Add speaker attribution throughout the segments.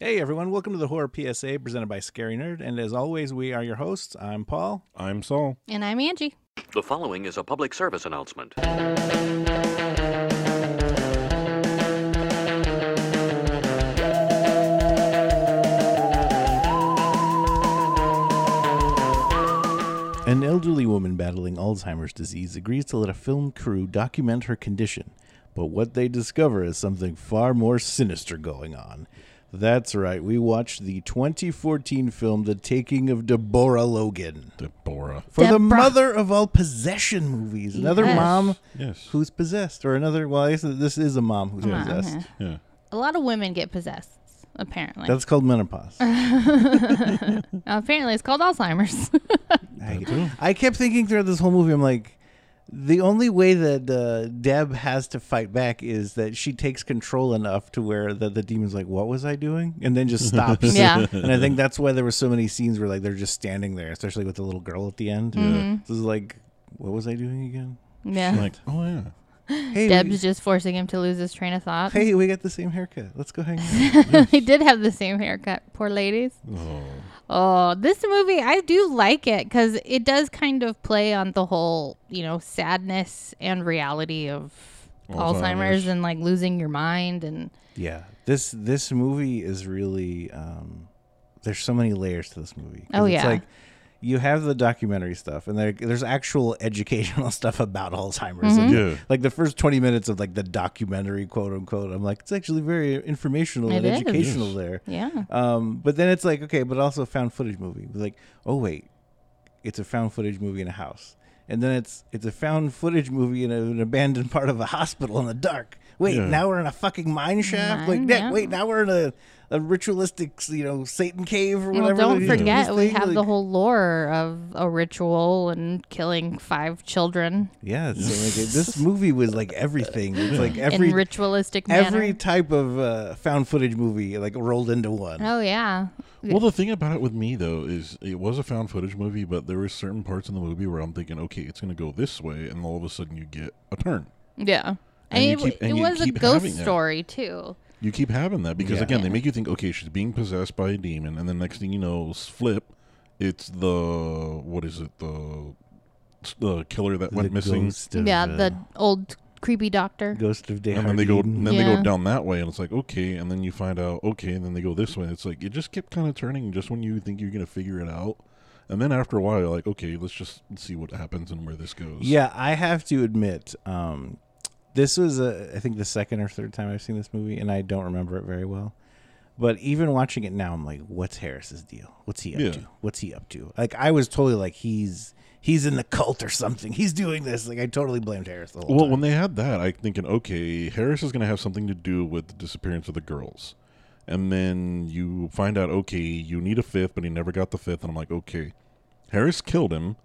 Speaker 1: Hey everyone, welcome to the Horror PSA presented by Scary Nerd. And as always, we are your hosts. I'm Paul.
Speaker 2: I'm Saul.
Speaker 3: And I'm Angie.
Speaker 4: The following is a public service announcement.
Speaker 1: An elderly woman battling Alzheimer's disease agrees to let a film crew document her condition, but what they discover is something far more sinister going on. That's right, we watched the 2014 film The Taking of Deborah Logan.
Speaker 2: Deborah.
Speaker 1: For the
Speaker 3: Deborah.
Speaker 1: mother of all possession movies. Another
Speaker 3: Yes.
Speaker 1: mom
Speaker 2: Yes.
Speaker 1: who's possessed, or another, well, I guess this is a mom who's
Speaker 3: Mom,
Speaker 1: possessed.
Speaker 3: yeah.
Speaker 2: Yeah.
Speaker 3: A lot of women get possessed, apparently.
Speaker 1: That's called menopause.
Speaker 3: apparently, it's called Alzheimer's.
Speaker 1: I, I kept thinking throughout this whole movie, I'm like, the only way that uh, Deb has to fight back is that she takes control enough to where the, the demon's like, "What was I doing?" and then just stops.
Speaker 3: Yeah.
Speaker 1: and I think that's why there were so many scenes where like they're just standing there, especially with the little girl at the end. This is like, what was I doing again?
Speaker 3: yeah.
Speaker 2: Like, oh yeah.
Speaker 1: Hey, we,
Speaker 3: Deb's just forcing him to lose his train of thought.
Speaker 1: hey, we got the same haircut. Let's go hang out.
Speaker 3: he did have the same haircut. Poor ladies.
Speaker 1: Hmm?
Speaker 2: Oh.
Speaker 3: Oh, this movie, I do like it because it does kind of play on the whole, you know, sadness and reality of Alzheimer's,
Speaker 2: Alzheimer's.
Speaker 3: and like losing your mind. And
Speaker 1: yeah, this this movie is really. Um, there's so many layers to this movie. 'Cause
Speaker 3: Oh,
Speaker 1: it's
Speaker 3: yeah.
Speaker 1: like you have the documentary stuff, and there, there's actual educational stuff about Alzheimer's.
Speaker 3: Mm-hmm.
Speaker 1: And
Speaker 2: Yeah.
Speaker 1: Like the first 20 minutes of like the documentary, quote unquote, I'm like, it's actually very informational
Speaker 3: It
Speaker 1: and
Speaker 3: is.
Speaker 1: educational there.
Speaker 3: yeah.
Speaker 1: Um, but then it's like, okay, but also a found footage movie. It's like, oh wait, it's a found footage movie in a house, and then it's it's a found footage movie in a, an abandoned part of a hospital in the dark. Wait,
Speaker 2: Yeah.
Speaker 1: now we're in a fucking mine shaft.
Speaker 3: Mine,
Speaker 1: like, that.
Speaker 3: yeah.
Speaker 1: wait, now we're in a, a ritualistic, you know, Satan cave or
Speaker 3: Well,
Speaker 1: whatever.
Speaker 3: don't
Speaker 1: they do
Speaker 3: forget,
Speaker 1: this
Speaker 3: we
Speaker 1: thing,
Speaker 3: have the
Speaker 1: like-
Speaker 3: whole lore of a ritual and killing five children
Speaker 1: Yeah, so like it- this movie was like everything. It's like every
Speaker 3: in ritualistic manner.
Speaker 1: every type of uh, found footage movie like rolled into one.
Speaker 3: oh yeah,
Speaker 2: Well, the thing about it with me though is it was a found footage movie, but there were certain parts in the movie where I'm thinking, okay, it's going to go this way, and all of a sudden you get a turn.
Speaker 3: yeah.
Speaker 2: And
Speaker 3: And,
Speaker 2: you
Speaker 3: it, w
Speaker 2: keep- and
Speaker 3: it
Speaker 2: you
Speaker 3: was a
Speaker 2: keep
Speaker 3: ghost
Speaker 2: having that.
Speaker 3: story too.
Speaker 2: You keep having that because
Speaker 1: Yeah.
Speaker 2: again, they make you think, okay, she's being possessed by a demon, and then next thing you know, s- flip, it's the what is it the the killer that went
Speaker 1: The
Speaker 2: missing,
Speaker 1: ghost of,
Speaker 3: yeah,
Speaker 1: uh,
Speaker 3: the old creepy doctor.
Speaker 1: ghost of day.
Speaker 2: and then they go
Speaker 1: Hardin.
Speaker 2: and then they
Speaker 3: Yeah.
Speaker 2: go down that way, and it's like okay, and then you find out okay, and then they go this way. It's like it just kept kind of turning just when you think you're gonna figure it out, and then after a while, you're like okay, let's just see what happens and where this goes.
Speaker 1: Yeah, I have to admit, um, this was a, I think the second or third time I've seen this movie, and I don't remember it very well. But even watching it now, I'm like, what's Harris's deal? What's he up
Speaker 2: Yeah.
Speaker 1: to? What's he up to? Like, I was totally like, he's he's in the cult or something. He's doing this. Like, I totally blamed Harris the whole
Speaker 2: Well,
Speaker 1: time.
Speaker 2: when they had that, I thinking, okay, Harris is going to have something to do with the disappearance of the girls, and then you find out, okay, you need a fifth, but he never got the fifth, and I'm like, okay, Harris killed him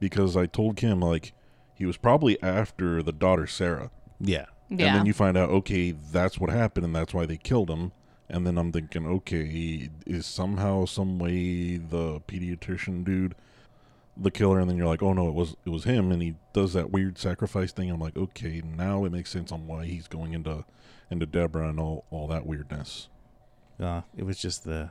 Speaker 2: because I told Kim like he was probably after the daughter Sarah,
Speaker 1: yeah,
Speaker 3: Yeah,
Speaker 2: and then you find out, okay, that's what happened, and that's why they killed him, and then I'm thinking, okay, is somehow, some way, the pediatrician dude. The killer, and then you're like, "Oh no, it was it was him," and he does that weird sacrifice thing. I'm like, "Okay, now it makes sense on why he's going into into Deborah and all all that weirdness."
Speaker 1: uh, it was just the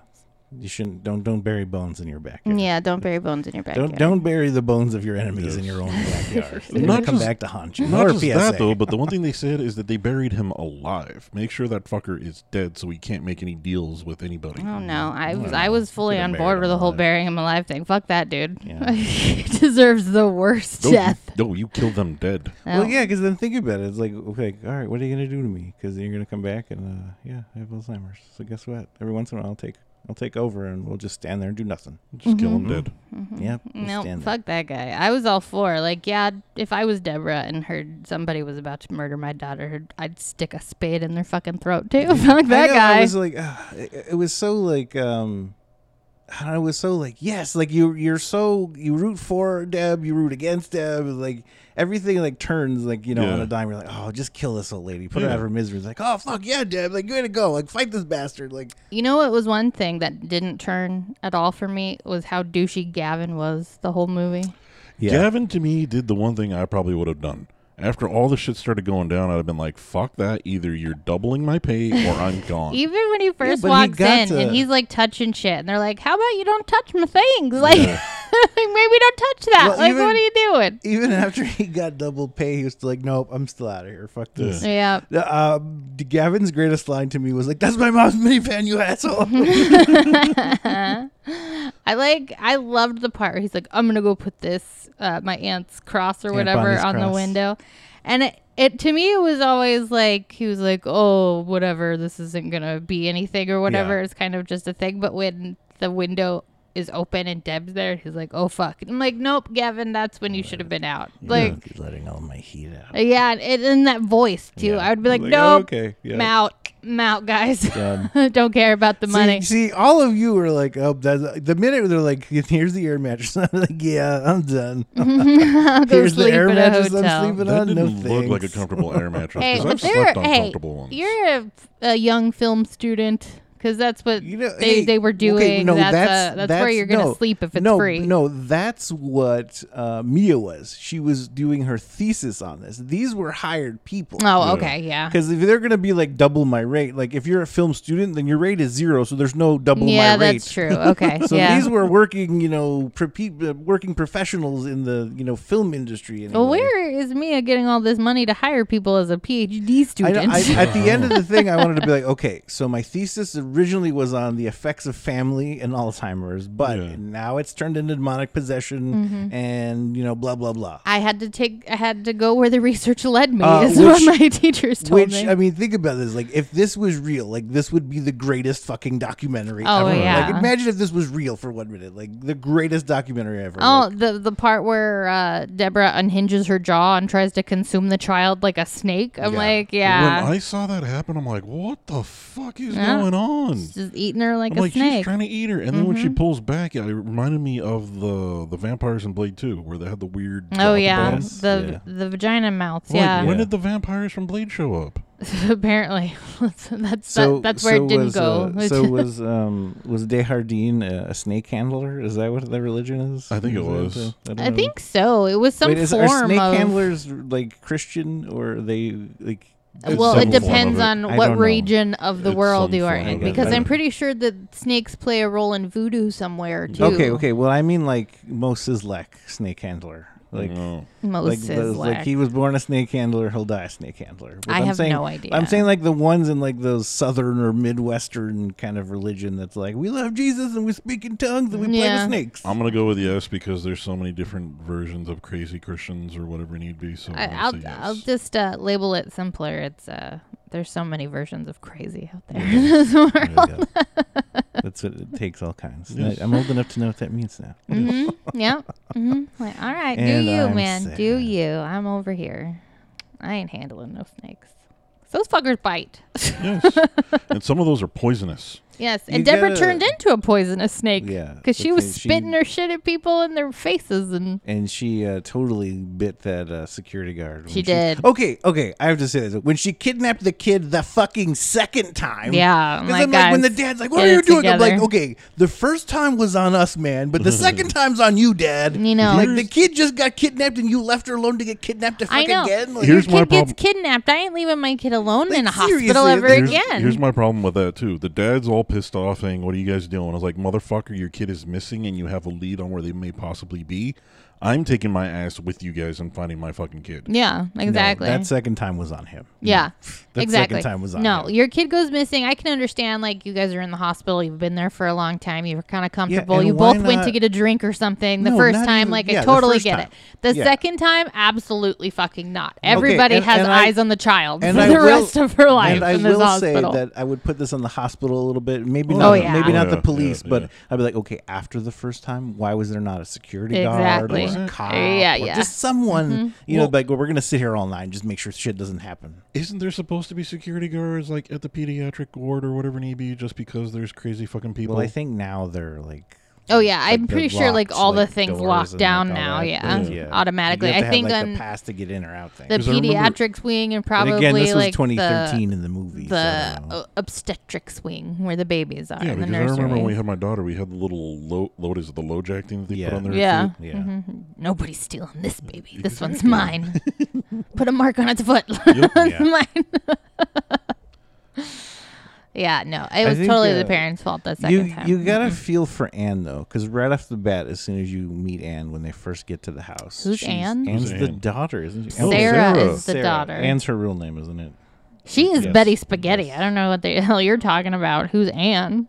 Speaker 1: you shouldn't don't don't bury bones in your backyard.
Speaker 3: yeah. Don't bury bones in your backyard.
Speaker 1: Don't don't bury the bones of your enemies in your own backyard. They're gonna
Speaker 2: Not
Speaker 1: come
Speaker 2: just-
Speaker 1: back to haunt you.
Speaker 2: Not
Speaker 1: Or
Speaker 2: just that
Speaker 1: PSA.
Speaker 2: though, but the one thing they said is that they buried him alive. Make sure that fucker is dead, so he can't make any deals with anybody.
Speaker 3: Oh no, I was I was fully
Speaker 1: Could've
Speaker 3: on
Speaker 1: buried
Speaker 3: board with
Speaker 1: him
Speaker 3: the whole
Speaker 1: alive.
Speaker 3: burying him alive thing. Fuck that dude.
Speaker 1: Yeah.
Speaker 3: he deserves the worst
Speaker 2: No,
Speaker 3: death. Oh.
Speaker 2: You, no, you kill them dead.
Speaker 1: Well,
Speaker 3: No.
Speaker 1: yeah, because then think about it. It's like, okay, all right, what are you gonna do to me? Because you're gonna come back and uh, yeah, I have Alzheimer's. So guess what? Every once in a while, I'll take I'll take over and we'll just stand there and do nothing.
Speaker 2: Just kill
Speaker 3: Mm-hmm.
Speaker 2: him dead.
Speaker 1: Yep. we'll
Speaker 3: No,
Speaker 1: stand there.
Speaker 3: fuck that guy. I was all for like, yeah. If I was Deborah and heard somebody was about to murder my daughter, I'd stick a spade in their fucking throat too. fuck
Speaker 1: I
Speaker 3: that
Speaker 1: know,
Speaker 3: guy.
Speaker 1: I was like, ah, it, it was so like, um, I don't know, it was so like, yes, like you you're so you root for Deb, you root against Deb, like everything like turns like you know on
Speaker 2: Yeah.
Speaker 1: a dime. You're like, oh, just kill this old lady, put her out
Speaker 2: Yeah.
Speaker 1: of her misery. It's like, oh fuck yeah, Deb, like way to go, like fight this bastard, like
Speaker 3: you know, it was one thing that didn't turn at all for me was how douchey Gavin was the whole movie.
Speaker 1: yeah.
Speaker 2: Gavin to me did the one thing I probably would have done, After all the shit started going down, I'd have been like, "Fuck that! Either you're doubling my pay or I'm gone."
Speaker 3: Even when he first
Speaker 1: but he
Speaker 3: walks
Speaker 1: got
Speaker 3: in
Speaker 1: to-
Speaker 3: and he's like touching shit, and they're like, "How about you don't touch my things? Like, maybe don't touch that.
Speaker 1: Well,
Speaker 3: like,
Speaker 1: even-
Speaker 3: what are you doing?"
Speaker 1: Even after he got double pay, he was still like, "Nope, I'm still out of here. Fuck this."
Speaker 3: Yeah,
Speaker 1: Uh, Gavin's greatest line to me was like, "That's my mom's minivan, you asshole."
Speaker 3: I like. I loved the part where he's like, "I'm gonna go put this uh, my aunt's cross or
Speaker 1: Tampon
Speaker 3: whatever
Speaker 1: is
Speaker 3: on the
Speaker 1: cross.
Speaker 3: window," and it, it to me it was always like he was like, "Oh, whatever. This isn't gonna be anything or whatever.
Speaker 1: Yeah.
Speaker 3: It's kind of just a thing." But when the window is open and Deb's there, he's like, "Oh fuck!" I'm like, "Nope, Gavin. That's when you should have been out." Like.
Speaker 1: letting all my heat out.
Speaker 3: Yeah, and, and in that voice too.
Speaker 1: Yeah.
Speaker 3: I would be like,
Speaker 1: Like,
Speaker 3: nope,
Speaker 1: okay, yeah.
Speaker 3: I'm out, I'm out, guys.
Speaker 1: Done.
Speaker 3: Don't care about the money.
Speaker 1: See, see, all of you were like, "Oh, that's the minute they're like, here's the air mattress." I'm like, "Yeah, I'm done."
Speaker 3: Mhm. I'll go
Speaker 1: here's the
Speaker 3: sleep
Speaker 1: air
Speaker 3: at a
Speaker 1: mattress I'm
Speaker 3: hotel.
Speaker 1: sleeping
Speaker 2: that
Speaker 1: on.
Speaker 2: didn't
Speaker 1: No
Speaker 2: look
Speaker 1: thanks.
Speaker 2: like a comfortable air mattress
Speaker 3: Hey,
Speaker 2: because
Speaker 3: but
Speaker 2: I've slept
Speaker 3: they're
Speaker 2: on
Speaker 3: hey,
Speaker 2: comfortable ones.
Speaker 3: you're a, a young film student because that's what
Speaker 1: You know,
Speaker 3: they,
Speaker 1: hey,
Speaker 3: they were doing.
Speaker 1: okay, no,
Speaker 3: that's,
Speaker 1: that's,
Speaker 3: uh, that's, where you're gonna
Speaker 1: no,
Speaker 3: sleep if it's
Speaker 1: no,
Speaker 3: free.
Speaker 1: No, that's what uh, Mia was. She was doing her thesis on this. These were hired people.
Speaker 3: Oh, okay, yeah.
Speaker 1: Because if they're gonna be like double my rate, like if you're a film student, then your rate is zero, so there's no double
Speaker 3: Yeah,
Speaker 1: my rate.
Speaker 3: that's true. Okay,
Speaker 1: So
Speaker 3: yeah.
Speaker 1: these were working, you know, prepe- uh, working professionals in the you know film industry. Anyway.
Speaker 3: well, where is Mia getting all this money to hire people as a PhD
Speaker 1: I, know-
Speaker 3: student?
Speaker 1: I, at the end of the thing, I wanted to be like, okay, so my thesis originally was on the effects of family and Alzheimer's, but
Speaker 2: Yeah.
Speaker 1: now it's turned into demonic possession
Speaker 3: Mm-hmm.
Speaker 1: and you know, blah blah blah.
Speaker 3: I had to take. I had to go where the research led me.
Speaker 1: Uh,
Speaker 3: is what
Speaker 1: which-
Speaker 3: my teachers told
Speaker 1: Which
Speaker 3: me.
Speaker 1: I mean, think about this. Like, if this was real, like this would be the greatest fucking documentary
Speaker 3: Oh,
Speaker 1: ever. Like,
Speaker 3: yeah.
Speaker 1: imagine if this was real for one minute. Like the greatest documentary ever.
Speaker 3: Oh,
Speaker 1: Like,
Speaker 3: the the part where uh, Deborah unhinges her jaw and tries to consume the child like a snake. I'm
Speaker 1: Yeah.
Speaker 3: like, yeah,
Speaker 2: When I saw that happen, I'm like, "What the fuck is
Speaker 3: Yeah.
Speaker 2: going on?"
Speaker 3: just eating her like
Speaker 2: I'm
Speaker 3: a
Speaker 2: like, she's
Speaker 3: snake. Mm-hmm.
Speaker 2: trying to eat her, and then when she pulls back, it reminded me of the the vampires in Blade Two, where they had the weird. jaw
Speaker 3: Oh yeah,
Speaker 2: bones.
Speaker 1: bones?
Speaker 3: the the vagina mouths.
Speaker 2: I'm like,
Speaker 3: yeah,
Speaker 2: When did the vampires from Blade show up?
Speaker 3: apparently that's that, that's where it didn't
Speaker 1: was,
Speaker 3: go.
Speaker 1: uh, so was um was Dehardine a, a snake handler? Is that what the religion is?
Speaker 2: I think it
Speaker 1: Is that
Speaker 2: was.
Speaker 1: the-
Speaker 3: I
Speaker 1: don't know.
Speaker 3: think so. It was some
Speaker 1: Wait, is,
Speaker 3: form
Speaker 1: are snake
Speaker 3: of.
Speaker 1: handlers like Christian or are they like?
Speaker 2: It's
Speaker 3: well,
Speaker 2: some
Speaker 3: it
Speaker 2: form of
Speaker 3: depends
Speaker 2: it.
Speaker 3: on
Speaker 1: I
Speaker 3: what
Speaker 1: don't know.
Speaker 3: region of the
Speaker 2: It's
Speaker 3: world
Speaker 2: some
Speaker 3: you are
Speaker 2: form
Speaker 3: in,
Speaker 2: of it.
Speaker 3: because
Speaker 2: I
Speaker 3: I'm
Speaker 2: don't-
Speaker 3: pretty sure that snakes play a role in voodoo somewhere too.
Speaker 1: Okay, okay. Well, I mean like Mo Sizlak, snake handler. Like
Speaker 2: No.
Speaker 1: like,
Speaker 3: Moses,
Speaker 1: those, like he was born a snake handler, he'll die a snake handler. But
Speaker 3: I
Speaker 1: I'm
Speaker 3: have
Speaker 1: saying,
Speaker 3: no idea.
Speaker 1: I'm saying like the ones in like those southern or midwestern kind of religion that's like we love Jesus and we speak in tongues and we play
Speaker 3: Yeah.
Speaker 1: with snakes.
Speaker 2: I'm gonna go with yes because there's so many different versions of crazy Christians or whatever need be. So
Speaker 3: I,
Speaker 2: I'll
Speaker 3: I'll
Speaker 2: say yes.
Speaker 3: I'll just uh, label it simpler. It's uh, there's so many versions of crazy out there in this world.
Speaker 1: There you go. that's what it takes all kinds. And I-
Speaker 2: Yes.
Speaker 1: I'm old enough to know what that means now.
Speaker 3: hmm yeah. hmm Like, all right, do
Speaker 1: And
Speaker 3: you,
Speaker 1: I'm
Speaker 3: man?
Speaker 1: sad.
Speaker 3: Do you? I'm over here. I ain't handling no snakes. Those fuckers bite.
Speaker 2: yes. And some of those are poisonous.
Speaker 3: yes,
Speaker 1: You
Speaker 3: and Deborah
Speaker 1: gotta-
Speaker 3: turned into a poisonous snake.
Speaker 1: Yeah,
Speaker 3: because she
Speaker 1: but
Speaker 3: was
Speaker 1: they- she-
Speaker 3: spitting her shit at people in their faces, and
Speaker 1: And she uh, totally bit that uh, security guard. when
Speaker 3: She did.
Speaker 1: Okay, okay. I have to say this. When she kidnapped the kid the fucking second time.
Speaker 3: Yeah, I'm
Speaker 1: 'Cause
Speaker 3: like,
Speaker 1: I'm like, when the
Speaker 3: guys,
Speaker 1: dad's like, what
Speaker 3: get
Speaker 1: are you
Speaker 3: it
Speaker 1: doing? I'm like,
Speaker 3: together.
Speaker 1: okay, the first time was on us, man, but the second time's on you, dad.
Speaker 3: You know.
Speaker 1: Like, the kid just got kidnapped and you left her alone to get kidnapped to fuck
Speaker 3: I know
Speaker 1: again. Like,
Speaker 3: your
Speaker 2: Here's my
Speaker 3: kid gets
Speaker 2: prob-
Speaker 3: kidnapped. I ain't leaving my kid alone
Speaker 1: Like,
Speaker 3: in a hospital
Speaker 1: seriously,
Speaker 3: ever
Speaker 1: there's-
Speaker 3: again.
Speaker 2: Here's my problem with that too. The dad's all pissed off, saying, "What are you guys doing?" I was like, "Motherfucker, your kid is missing, and you have a lead on where they may possibly be. I'm taking my ass with you guys and finding my fucking kid."
Speaker 3: yeah,
Speaker 1: No,
Speaker 3: exactly.
Speaker 1: that second time was on him.
Speaker 3: Yeah.
Speaker 1: That
Speaker 3: exactly.
Speaker 1: Mm. second time was on
Speaker 3: no,
Speaker 1: him.
Speaker 3: your kid goes missing. I can understand like you guys are in the hospital, you've been there for a long time, you were kind of comfortable.
Speaker 1: and
Speaker 3: you
Speaker 1: why
Speaker 3: both went
Speaker 1: not-
Speaker 3: to get a drink or something the
Speaker 1: No,
Speaker 3: first
Speaker 1: not
Speaker 3: time,
Speaker 1: even-
Speaker 3: like
Speaker 1: yeah, the
Speaker 3: I totally
Speaker 1: first
Speaker 3: get
Speaker 1: time.
Speaker 3: it. The
Speaker 1: Yeah.
Speaker 3: second time, absolutely fucking not. Everybody
Speaker 1: and-
Speaker 3: has
Speaker 1: and I-
Speaker 3: eyes on the child for
Speaker 1: and
Speaker 3: the
Speaker 1: I will-
Speaker 3: rest of her life
Speaker 1: And I
Speaker 3: in this
Speaker 1: will
Speaker 3: hospital.
Speaker 1: say that I would put this on the hospital a little bit. Maybe
Speaker 2: Oh,
Speaker 1: not.
Speaker 3: yeah.
Speaker 1: Maybe not
Speaker 2: Oh,
Speaker 1: the
Speaker 2: yeah,
Speaker 1: police,
Speaker 2: yeah,
Speaker 1: but
Speaker 2: yeah.
Speaker 1: I'd be like, okay, after the first time, why was there not a security guard or
Speaker 3: Exactly. Mm-hmm.
Speaker 1: a cop
Speaker 3: Yeah,
Speaker 1: or
Speaker 3: yeah. Mm-hmm.
Speaker 1: just someone? You know, like well, we're gonna sit here all night and just make sure shit doesn't happen.
Speaker 2: Isn't there supposed to be security guards like at the pediatric ward or whatever need be just because there's crazy fucking people?
Speaker 1: Well, I think now they're like
Speaker 3: Oh yeah, I'm
Speaker 1: the
Speaker 3: pretty sure like
Speaker 1: locks,
Speaker 3: all the
Speaker 1: like,
Speaker 3: things
Speaker 1: doors
Speaker 3: locked
Speaker 1: and, like,
Speaker 3: down
Speaker 1: all
Speaker 3: now.
Speaker 1: that.
Speaker 3: Yeah,
Speaker 1: Yeah. Yeah.
Speaker 3: automatically.
Speaker 1: You have to
Speaker 3: I
Speaker 1: have,
Speaker 3: think
Speaker 1: like,
Speaker 3: on
Speaker 1: the pass to get in or out thing.
Speaker 3: the
Speaker 2: 'Cause I remember-
Speaker 3: pediatrics wing and
Speaker 1: and
Speaker 3: probably
Speaker 1: again, this was
Speaker 3: like
Speaker 1: 2013
Speaker 3: the
Speaker 1: in the movie. so I
Speaker 3: the
Speaker 1: don't know.
Speaker 3: o- obstetrics wing where the babies are
Speaker 2: Yeah,
Speaker 3: in the
Speaker 2: because I remember
Speaker 3: nursery.
Speaker 2: when we had my daughter, we had the little low, what is it, the low jack thing that they
Speaker 1: Yeah.
Speaker 2: put on their
Speaker 3: yeah. Mm-hmm.
Speaker 2: feet?
Speaker 1: Yeah.
Speaker 3: Nobody's stealing this baby. This one's mine. Put a mark on its foot.
Speaker 1: Yeah.
Speaker 3: It's mine. yeah, no. It was
Speaker 1: think,
Speaker 3: totally the
Speaker 1: uh,
Speaker 3: parents' fault the second
Speaker 1: You
Speaker 3: time. Mm-hmm.
Speaker 1: you gotta feel for Anne though, because right off the bat, as soon as you meet Anne when they first get to the house,
Speaker 3: Who's
Speaker 1: she's-
Speaker 3: Anne?
Speaker 1: Anne's
Speaker 2: Who's
Speaker 1: the
Speaker 2: Anne?
Speaker 1: daughter, isn't she?
Speaker 3: Sarah,
Speaker 1: Oh,
Speaker 3: is the
Speaker 1: Sarah.
Speaker 3: daughter.
Speaker 1: Anne's her real name, isn't it?
Speaker 3: she is
Speaker 1: Yes.
Speaker 3: Betty Spaghetti. I don't know what the hell you're talking about. Who's Anne?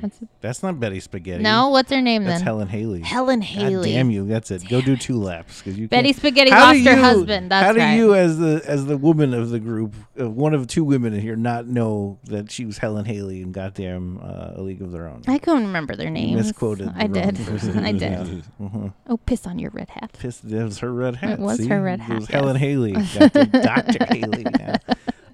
Speaker 1: Anne. That's not Betty Spaghetti.
Speaker 3: No, what's her name
Speaker 1: that's
Speaker 3: then?
Speaker 1: Helen Haley.
Speaker 3: Helen
Speaker 1: God
Speaker 3: Haley.
Speaker 1: damn you! That's it. Go do two laps because you.
Speaker 3: Betty
Speaker 1: can't-
Speaker 3: Spaghetti
Speaker 1: How do
Speaker 3: lost her
Speaker 1: you-
Speaker 3: husband. That's
Speaker 1: how do
Speaker 3: right.
Speaker 1: you, as the as the woman of the group, uh, one of two women in here, not know that she was Helen Haley in goddamn uh, A League of Their Own?
Speaker 3: I couldn't remember their names.
Speaker 1: misquoted
Speaker 3: I
Speaker 1: the wrong
Speaker 3: did.
Speaker 1: person.
Speaker 3: I did. Oh, piss on your red hat.
Speaker 1: Piss, that was her red hat.
Speaker 3: was
Speaker 1: see?
Speaker 3: her red
Speaker 1: It
Speaker 3: hat,
Speaker 1: was Helen
Speaker 3: yes.
Speaker 1: Haley, Dr. Dr. Haley. Now.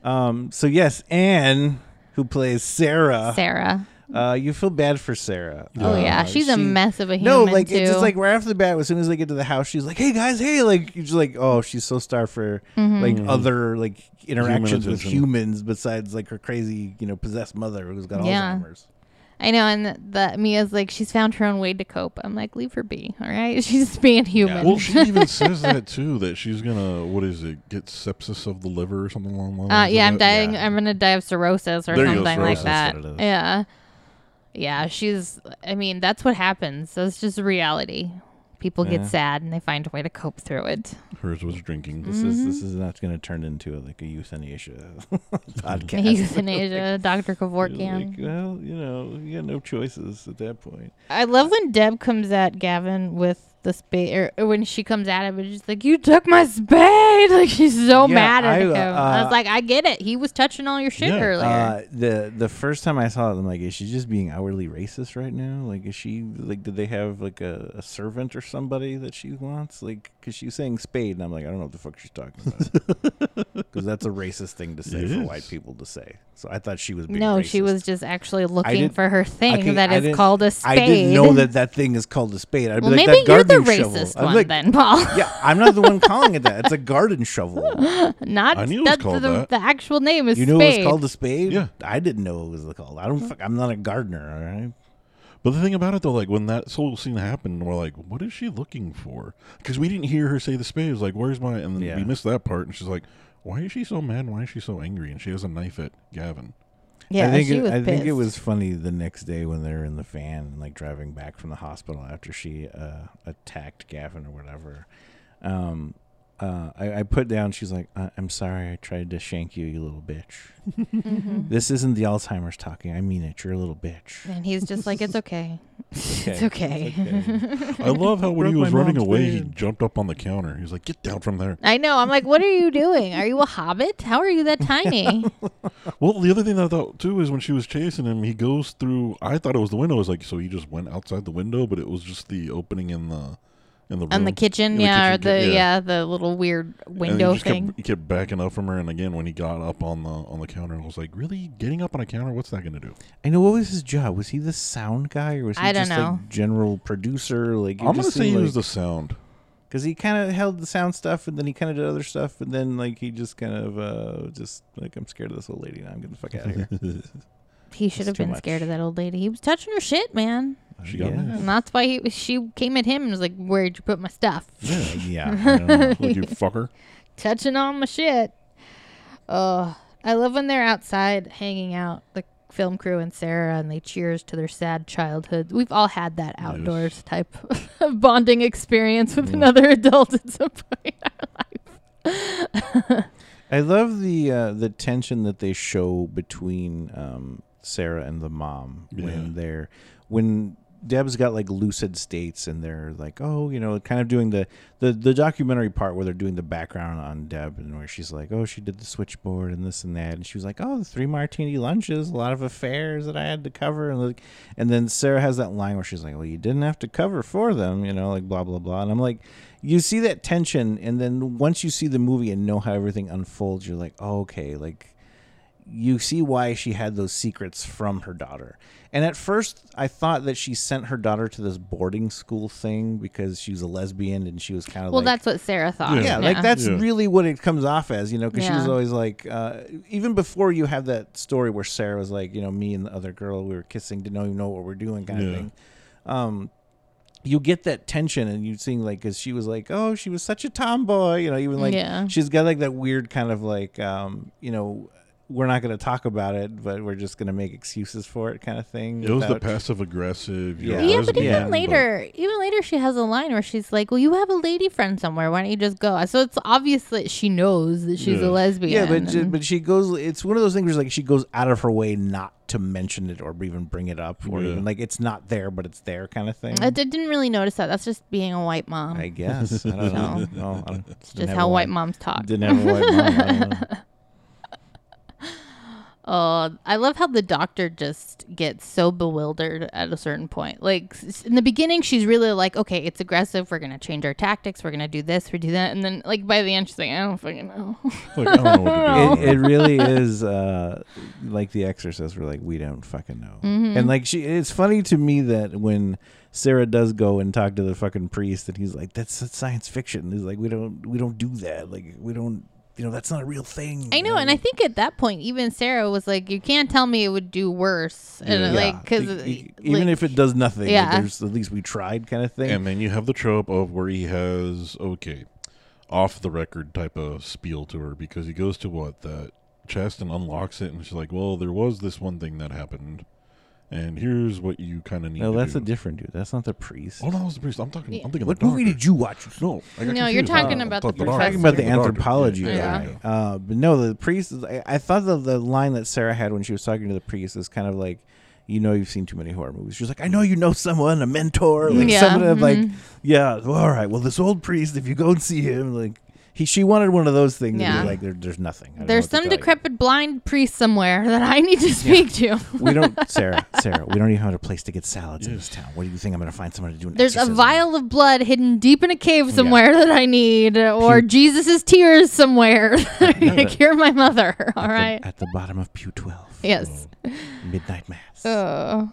Speaker 1: Um, so yes, Anne, who plays Sarah.
Speaker 3: Sarah.
Speaker 1: Uh, you feel bad for Sarah.
Speaker 3: Oh
Speaker 1: Uh,
Speaker 3: yeah, she's a
Speaker 1: she-
Speaker 3: mess of a
Speaker 1: No,
Speaker 3: human
Speaker 1: like
Speaker 3: too.
Speaker 1: it's just like right off the bat. As soon as they get to the house, she's like, "Hey guys, hey!" Like you're just like, "Oh, she's so starved for
Speaker 3: Mm-hmm.
Speaker 1: like other like interactions with
Speaker 2: attention.
Speaker 1: humans besides like her crazy, you know, possessed mother who's got
Speaker 3: Yeah.
Speaker 1: Alzheimer's."
Speaker 3: I know, and that Mia's like she's found her own way to cope. I'm like, leave her be, all right? She's just being human.
Speaker 2: Well, she even says that too, that she's gonna, what is it, get sepsis of the liver or something along the lines
Speaker 3: uh,
Speaker 2: of
Speaker 3: yeah, I'm
Speaker 2: that?
Speaker 3: dying.
Speaker 1: yeah.
Speaker 3: I'm gonna die of cirrhosis or
Speaker 2: There you go,
Speaker 3: something like
Speaker 2: cirrhosis,
Speaker 3: that.
Speaker 1: that's what it is.
Speaker 3: Yeah, yeah. She's. I mean, that's what happens. That's just reality. People
Speaker 1: Yeah.
Speaker 3: get sad and they find a way to cope through it.
Speaker 2: Hers was drinking.
Speaker 1: This is
Speaker 3: Mm-hmm.
Speaker 1: this is not going to turn into like a euthanasia podcast.
Speaker 3: Euthanasia, Doctor Kevorkian.
Speaker 1: Like, well, you know, you got no choices at that point.
Speaker 3: I love when Deb comes at Gavin with the spade, or, or when she comes at him and she's like, "You took my spade!" Like she's so
Speaker 1: Yeah,
Speaker 3: mad at
Speaker 1: I,
Speaker 3: him. I
Speaker 1: uh,
Speaker 3: was like, "I get it. He was touching all your shit
Speaker 2: Yeah.
Speaker 3: earlier."
Speaker 1: Uh, the the first time I saw it, I'm like, is she just being outwardly racist right now? Like, is she like, did they have like a, a servant or somebody that she wants? Like, because she's saying spade, and I'm like, I don't know what the fuck she's talking about, because that's a racist thing to say
Speaker 2: It
Speaker 1: for
Speaker 2: is.
Speaker 1: white people to say. So I thought she was being
Speaker 3: no, she
Speaker 1: racist.
Speaker 3: was just actually looking
Speaker 1: didn't-
Speaker 3: for her thing
Speaker 1: Okay,
Speaker 3: that
Speaker 1: I
Speaker 3: is
Speaker 1: didn't-
Speaker 3: called a spade.
Speaker 1: I didn't know that that thing is called a spade. I'd
Speaker 3: Well,
Speaker 1: be like,
Speaker 3: maybe
Speaker 1: that
Speaker 3: you're the
Speaker 1: gardening
Speaker 3: racist
Speaker 1: shovel. I'm
Speaker 3: one
Speaker 1: like,
Speaker 3: then, Paul.
Speaker 1: Yeah, I'm not the one calling it that. It's a garden shovel.
Speaker 3: Not
Speaker 2: I knew it was
Speaker 3: that's
Speaker 2: called
Speaker 3: the,
Speaker 2: that.
Speaker 3: the actual name is
Speaker 1: You knew
Speaker 3: spade. Mm-hmm.
Speaker 1: it was called a spade.
Speaker 2: Yeah.
Speaker 1: I didn't know it was called. I don't. fuck- I'm not a gardener. All right.
Speaker 2: But the thing about it though, like when that soul scene happened, we're like, what is she looking for? Because we didn't hear her say the spade. It was like, where's my? And then
Speaker 1: Yeah.
Speaker 2: we missed that part. And she's like, why is she so mad? and Why is she so angry? And she has a knife at Gavin.
Speaker 3: yeah,
Speaker 1: I think
Speaker 3: she
Speaker 1: it,
Speaker 3: was
Speaker 1: I think it
Speaker 3: pissed.
Speaker 1: was funny the next day when they were in the van and like driving back from the hospital after she uh, attacked Gavin or whatever. Um, uh, I, I put down. She's like, I- "I'm sorry, I tried to shank you, you little bitch.
Speaker 3: Mm-hmm.
Speaker 1: This isn't the Alzheimer's talking. I mean it. You're a little bitch."
Speaker 3: and he's just like, "It's okay.
Speaker 1: It's
Speaker 3: okay.
Speaker 2: I love how when he
Speaker 1: Broke
Speaker 2: was
Speaker 1: my
Speaker 2: running
Speaker 1: mom's
Speaker 2: away, he
Speaker 1: van.
Speaker 2: jumped up on the counter. He was like, get down from there.
Speaker 3: I know." I'm like, "What are you doing? Are you a hobbit? How are you that tiny?"
Speaker 2: Well, the other thing that I thought too is when she was chasing him, he goes through. I thought it was the window. I was like, so he just went outside the window, but it was just the opening in the in the room.
Speaker 3: On the kitchen,
Speaker 2: In the
Speaker 3: yeah,
Speaker 2: kitchen,
Speaker 3: or the
Speaker 2: yeah.
Speaker 3: yeah. the little weird
Speaker 2: And
Speaker 3: window
Speaker 2: he just
Speaker 3: thing.
Speaker 2: Kept, he kept backing up from her, and again when he got up on the on the counter, I was like, really getting up on a counter? What's that going to do?
Speaker 1: I know. What was his job? Was he the sound guy or was he
Speaker 3: I don't
Speaker 1: just
Speaker 3: know.
Speaker 1: like general producer? Like
Speaker 2: I'm going to say he was the sound.
Speaker 1: because he kind of held the sound stuff and then he kind of did other stuff and then like he just kind of uh just like I'm scared of this old lady now. I'm getting the fuck out of here.
Speaker 3: he should have
Speaker 1: too
Speaker 3: been
Speaker 1: much.
Speaker 3: scared of that old lady. He was touching her shit, man,
Speaker 2: She got
Speaker 1: Yeah.
Speaker 2: mad.
Speaker 3: and that's why he she came at him and was like, "Where'd you put my stuff?
Speaker 1: yeah. I don't know.
Speaker 2: like you fucker.
Speaker 3: touching all my shit." Oh, I love when they're outside hanging out, the film crew and Sarah, and they cheers to their sad childhood. We've all had that outdoors type of bonding experience with another adult at some point.
Speaker 1: I love the uh, the tension that they show between um, Sarah and the mom
Speaker 2: Yeah.
Speaker 1: when they're when Deb's got like lucid states and they're like, oh, you know, kind of doing the, the the documentary part where they're doing the background on Deb and where she's like, oh, she did the switchboard and this and that, and she was like, oh, the three martini lunches, a lot of affairs that I had to cover, and like, and then Sarah has that line where she's like, well, you didn't have to cover for them, you know, like blah blah blah, and I'm like, you see that tension and then once you see the movie and know how everything unfolds you're like oh, okay like you see why she had those secrets from her daughter And at first, I thought that she sent her daughter to this boarding school thing because she was a lesbian and she was kind of
Speaker 3: Well,
Speaker 1: like,
Speaker 3: that's what Sarah thought.
Speaker 1: yeah, like that's
Speaker 2: Yeah.
Speaker 1: really what it comes off as, you know, because she was
Speaker 3: Yeah.
Speaker 1: always like, uh, even before you have that story where Sarah was like, you know, me and the other girl, we were kissing, didn't even know what we're doing, kind of
Speaker 2: Yeah.
Speaker 1: thing. Um, you get that tension, and you seeing like, because she was like, oh, she was such a tomboy, you know, even like,
Speaker 3: Yeah.
Speaker 1: she's got like that weird kind of like, um, you know, we're not going to talk about it, but we're just going to make excuses for it, kind of thing.
Speaker 2: It was the
Speaker 1: without-
Speaker 2: passive aggressive.
Speaker 1: Yeah.
Speaker 3: Yeah,
Speaker 1: There's
Speaker 3: but even
Speaker 1: a man,
Speaker 3: later, even later, she has a line where she's like, "Well, you have a lady friend somewhere. Why don't you just go?" So it's obvious that she knows that she's
Speaker 2: Yeah.
Speaker 3: a lesbian.
Speaker 1: Yeah, but ju-
Speaker 3: and-
Speaker 1: but she goes. It's one of those things where like she goes out of her way not to mention it or even bring it up or
Speaker 2: Yeah.
Speaker 1: even like it's not there, but it's there kind of thing.
Speaker 3: I d- didn't really notice that. That's just being a white mom.
Speaker 1: I guess I don't know. No, I don't-
Speaker 3: it's
Speaker 1: didn't have
Speaker 3: just how
Speaker 1: a
Speaker 3: white moms talk.
Speaker 1: Didn't have a white mom. I don't know.
Speaker 3: Oh, I love how the doctor just gets so bewildered at a certain point. Like s- in the beginning, she's really like, "Okay, it's aggressive. We're gonna change our tactics. We're gonna do this. We do that." And then, like by the end, she's like, "I don't fucking know."
Speaker 2: Like, I don't know what to do.
Speaker 1: It, it really is uh, like The Exorcist. We're like, we don't fucking know.
Speaker 3: Mm-hmm.
Speaker 1: And like she, it's funny to me that when Sarah does go and talk to the fucking priest, and he's like, that's, that's science fiction. He's like, we don't, we don't do that. Like we don't, you know, that's not a real thing.
Speaker 3: I know, and I think at that point, even Sarah was like, "You can't tell me it would do worse," and uh,
Speaker 2: Yeah.
Speaker 3: like because
Speaker 1: E- e- even if it does nothing, like,
Speaker 3: Yeah.
Speaker 1: there's at least we tried kind of thing.
Speaker 2: and then you have the trope of where he has okay, off the record type of spiel to her because he goes to what that chest and unlocks it, and she's like, "Well, there was this one thing that happened, and here's what you kind of need."
Speaker 1: no,
Speaker 2: to
Speaker 1: that's
Speaker 2: do.
Speaker 1: a different dude. That's not the priest.
Speaker 2: Oh no, that was the priest. I'm talking. I'm thinking.
Speaker 1: what
Speaker 2: the
Speaker 1: movie
Speaker 2: doctor.
Speaker 1: did you watch?
Speaker 2: No, I got
Speaker 3: No, you're
Speaker 2: confused.
Speaker 3: talking
Speaker 2: I
Speaker 3: about
Speaker 2: thought
Speaker 3: the
Speaker 2: doctor-
Speaker 1: talking about the
Speaker 2: doctor.
Speaker 1: anthropology
Speaker 2: Yeah,
Speaker 3: Yeah.
Speaker 1: guy. Uh, but no, the priest. Is, I, I thought the, the line that Sarah had when she was talking to the priest is kind of like, you know, you've seen too many horror movies. She's like, I know you know someone, a mentor, like
Speaker 3: Mm, Yeah. Mm-hmm.
Speaker 1: someone of like, yeah, well, all right. Well, this old priest, if you go and see him, like he, she wanted one of those things. Yeah.
Speaker 3: Yeah.
Speaker 1: like there, there's nothing. I don't know
Speaker 3: there's
Speaker 1: what to
Speaker 3: some
Speaker 1: tell you."
Speaker 3: decrepit blind priest somewhere that I need to speak to.
Speaker 1: We don't, Sarah. Sarah, we don't even have a place to get salads in this town. What do you think? I'm going to find someone to do an
Speaker 3: There's a
Speaker 1: exorcism?
Speaker 3: vial of blood hidden deep in a cave somewhere that I need, or Jesus's tears somewhere that I need to
Speaker 1: but-
Speaker 3: cure my mother. All
Speaker 1: at the-
Speaker 3: right.
Speaker 1: at the bottom of pew 12.
Speaker 3: Yes.
Speaker 1: Midnight mass.
Speaker 3: Uh,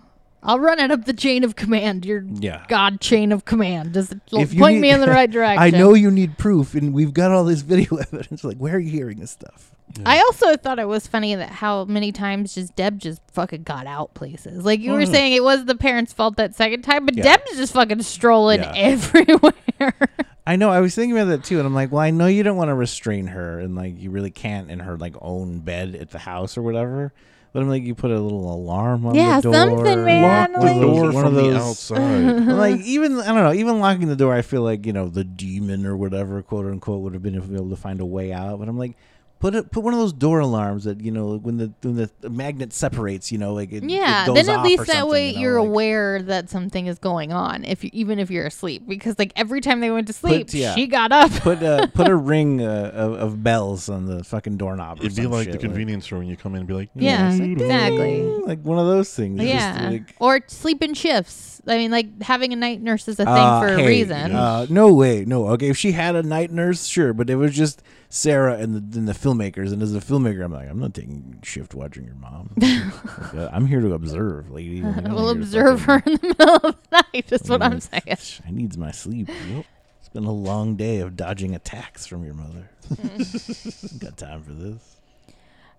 Speaker 3: I'll run it up the chain of command. Your
Speaker 1: Yeah.
Speaker 3: God chain of command. Just l-
Speaker 1: If you
Speaker 3: point
Speaker 1: need-
Speaker 3: me in the right direction.
Speaker 1: I know you need proof, and we've got all this video evidence. Like, where are you hearing this stuff?
Speaker 3: I also thought it was funny that how many times just Deb just fucking got out places. Like you were saying, it was the parents' fault that second time, but
Speaker 1: Mm. Yeah.
Speaker 3: Deb's just fucking strolling
Speaker 1: Yeah.
Speaker 3: everywhere.
Speaker 1: I know. I was thinking about that too, and I'm like, well, I know you don't want to restrain her, and like, you really can't in her like own bed at the house or whatever. But I'm like, you put a little alarm on
Speaker 3: Yeah,
Speaker 1: the door.
Speaker 3: something, man.
Speaker 1: Lock the
Speaker 3: Like-
Speaker 1: door
Speaker 2: Door
Speaker 1: one of
Speaker 2: from
Speaker 1: those.
Speaker 2: the outside.
Speaker 1: I'm like even I don't know, even locking the door, I feel like you know the demon or whatever, quote unquote, would have been able to find a way out. But I'm like, put a, put one of those door alarms that you know when the when the magnet separates, you know, like it, it
Speaker 3: yeah,
Speaker 1: goes
Speaker 3: then at
Speaker 1: off or
Speaker 3: least that
Speaker 1: something,
Speaker 3: way
Speaker 1: you know,
Speaker 3: you're
Speaker 1: like-
Speaker 3: aware that something is going on, if you, even if you're asleep, because like every time they went to sleep,
Speaker 1: yeah.
Speaker 3: she got up.
Speaker 1: Put a put a ring uh, of, of bells on the fucking doorknob. Or
Speaker 2: It'd be
Speaker 1: some
Speaker 2: like
Speaker 1: shit,
Speaker 2: the convenience store when you come in and be like,
Speaker 3: yeah,
Speaker 2: "Ding, ding."
Speaker 3: exactly.
Speaker 1: like, one of those things. It's just
Speaker 3: Yeah,
Speaker 1: like-
Speaker 3: or sleep in shifts. I mean, like having a night nurse is a thing
Speaker 1: Uh,
Speaker 3: for a
Speaker 1: hey,
Speaker 3: reason.
Speaker 1: Uh, no way, no. Okay, if she had a night nurse, sure, but it was just Sarah and the, and the filmmakers. And as a filmmaker, I'm like, I'm not taking shift watching your mom. Like, uh, I'm here to observe, lady. Like, I'm
Speaker 3: We'll
Speaker 1: here to
Speaker 3: observe
Speaker 1: fucking- Mm.
Speaker 3: her in the middle of the night. Is what I'm saying.
Speaker 1: I needs my sleep. It's been a long day of dodging attacks from your mother.
Speaker 3: Mm.
Speaker 1: Got time for this?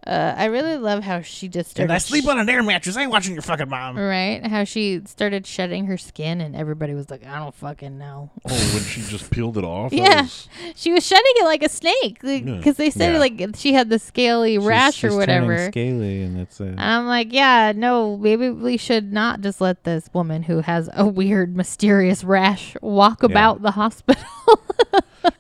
Speaker 3: Uh, I really love how she just started.
Speaker 1: And I sleep on an air mattress. I ain't watching your fucking mom.
Speaker 3: right? How she started shedding her skin, and everybody was like, "I don't fucking know."
Speaker 2: Oh, when she just peeled it off. that
Speaker 3: Yeah.
Speaker 2: was-
Speaker 3: She was shedding it like a snake, because
Speaker 2: Yeah.
Speaker 3: they said
Speaker 1: Yeah.
Speaker 3: like she had the scaly rash or whatever.
Speaker 1: Scaly, and that's it.
Speaker 3: And I'm like, yeah, no, maybe we should not just let this woman who has a weird, mysterious rash walk about the hospital.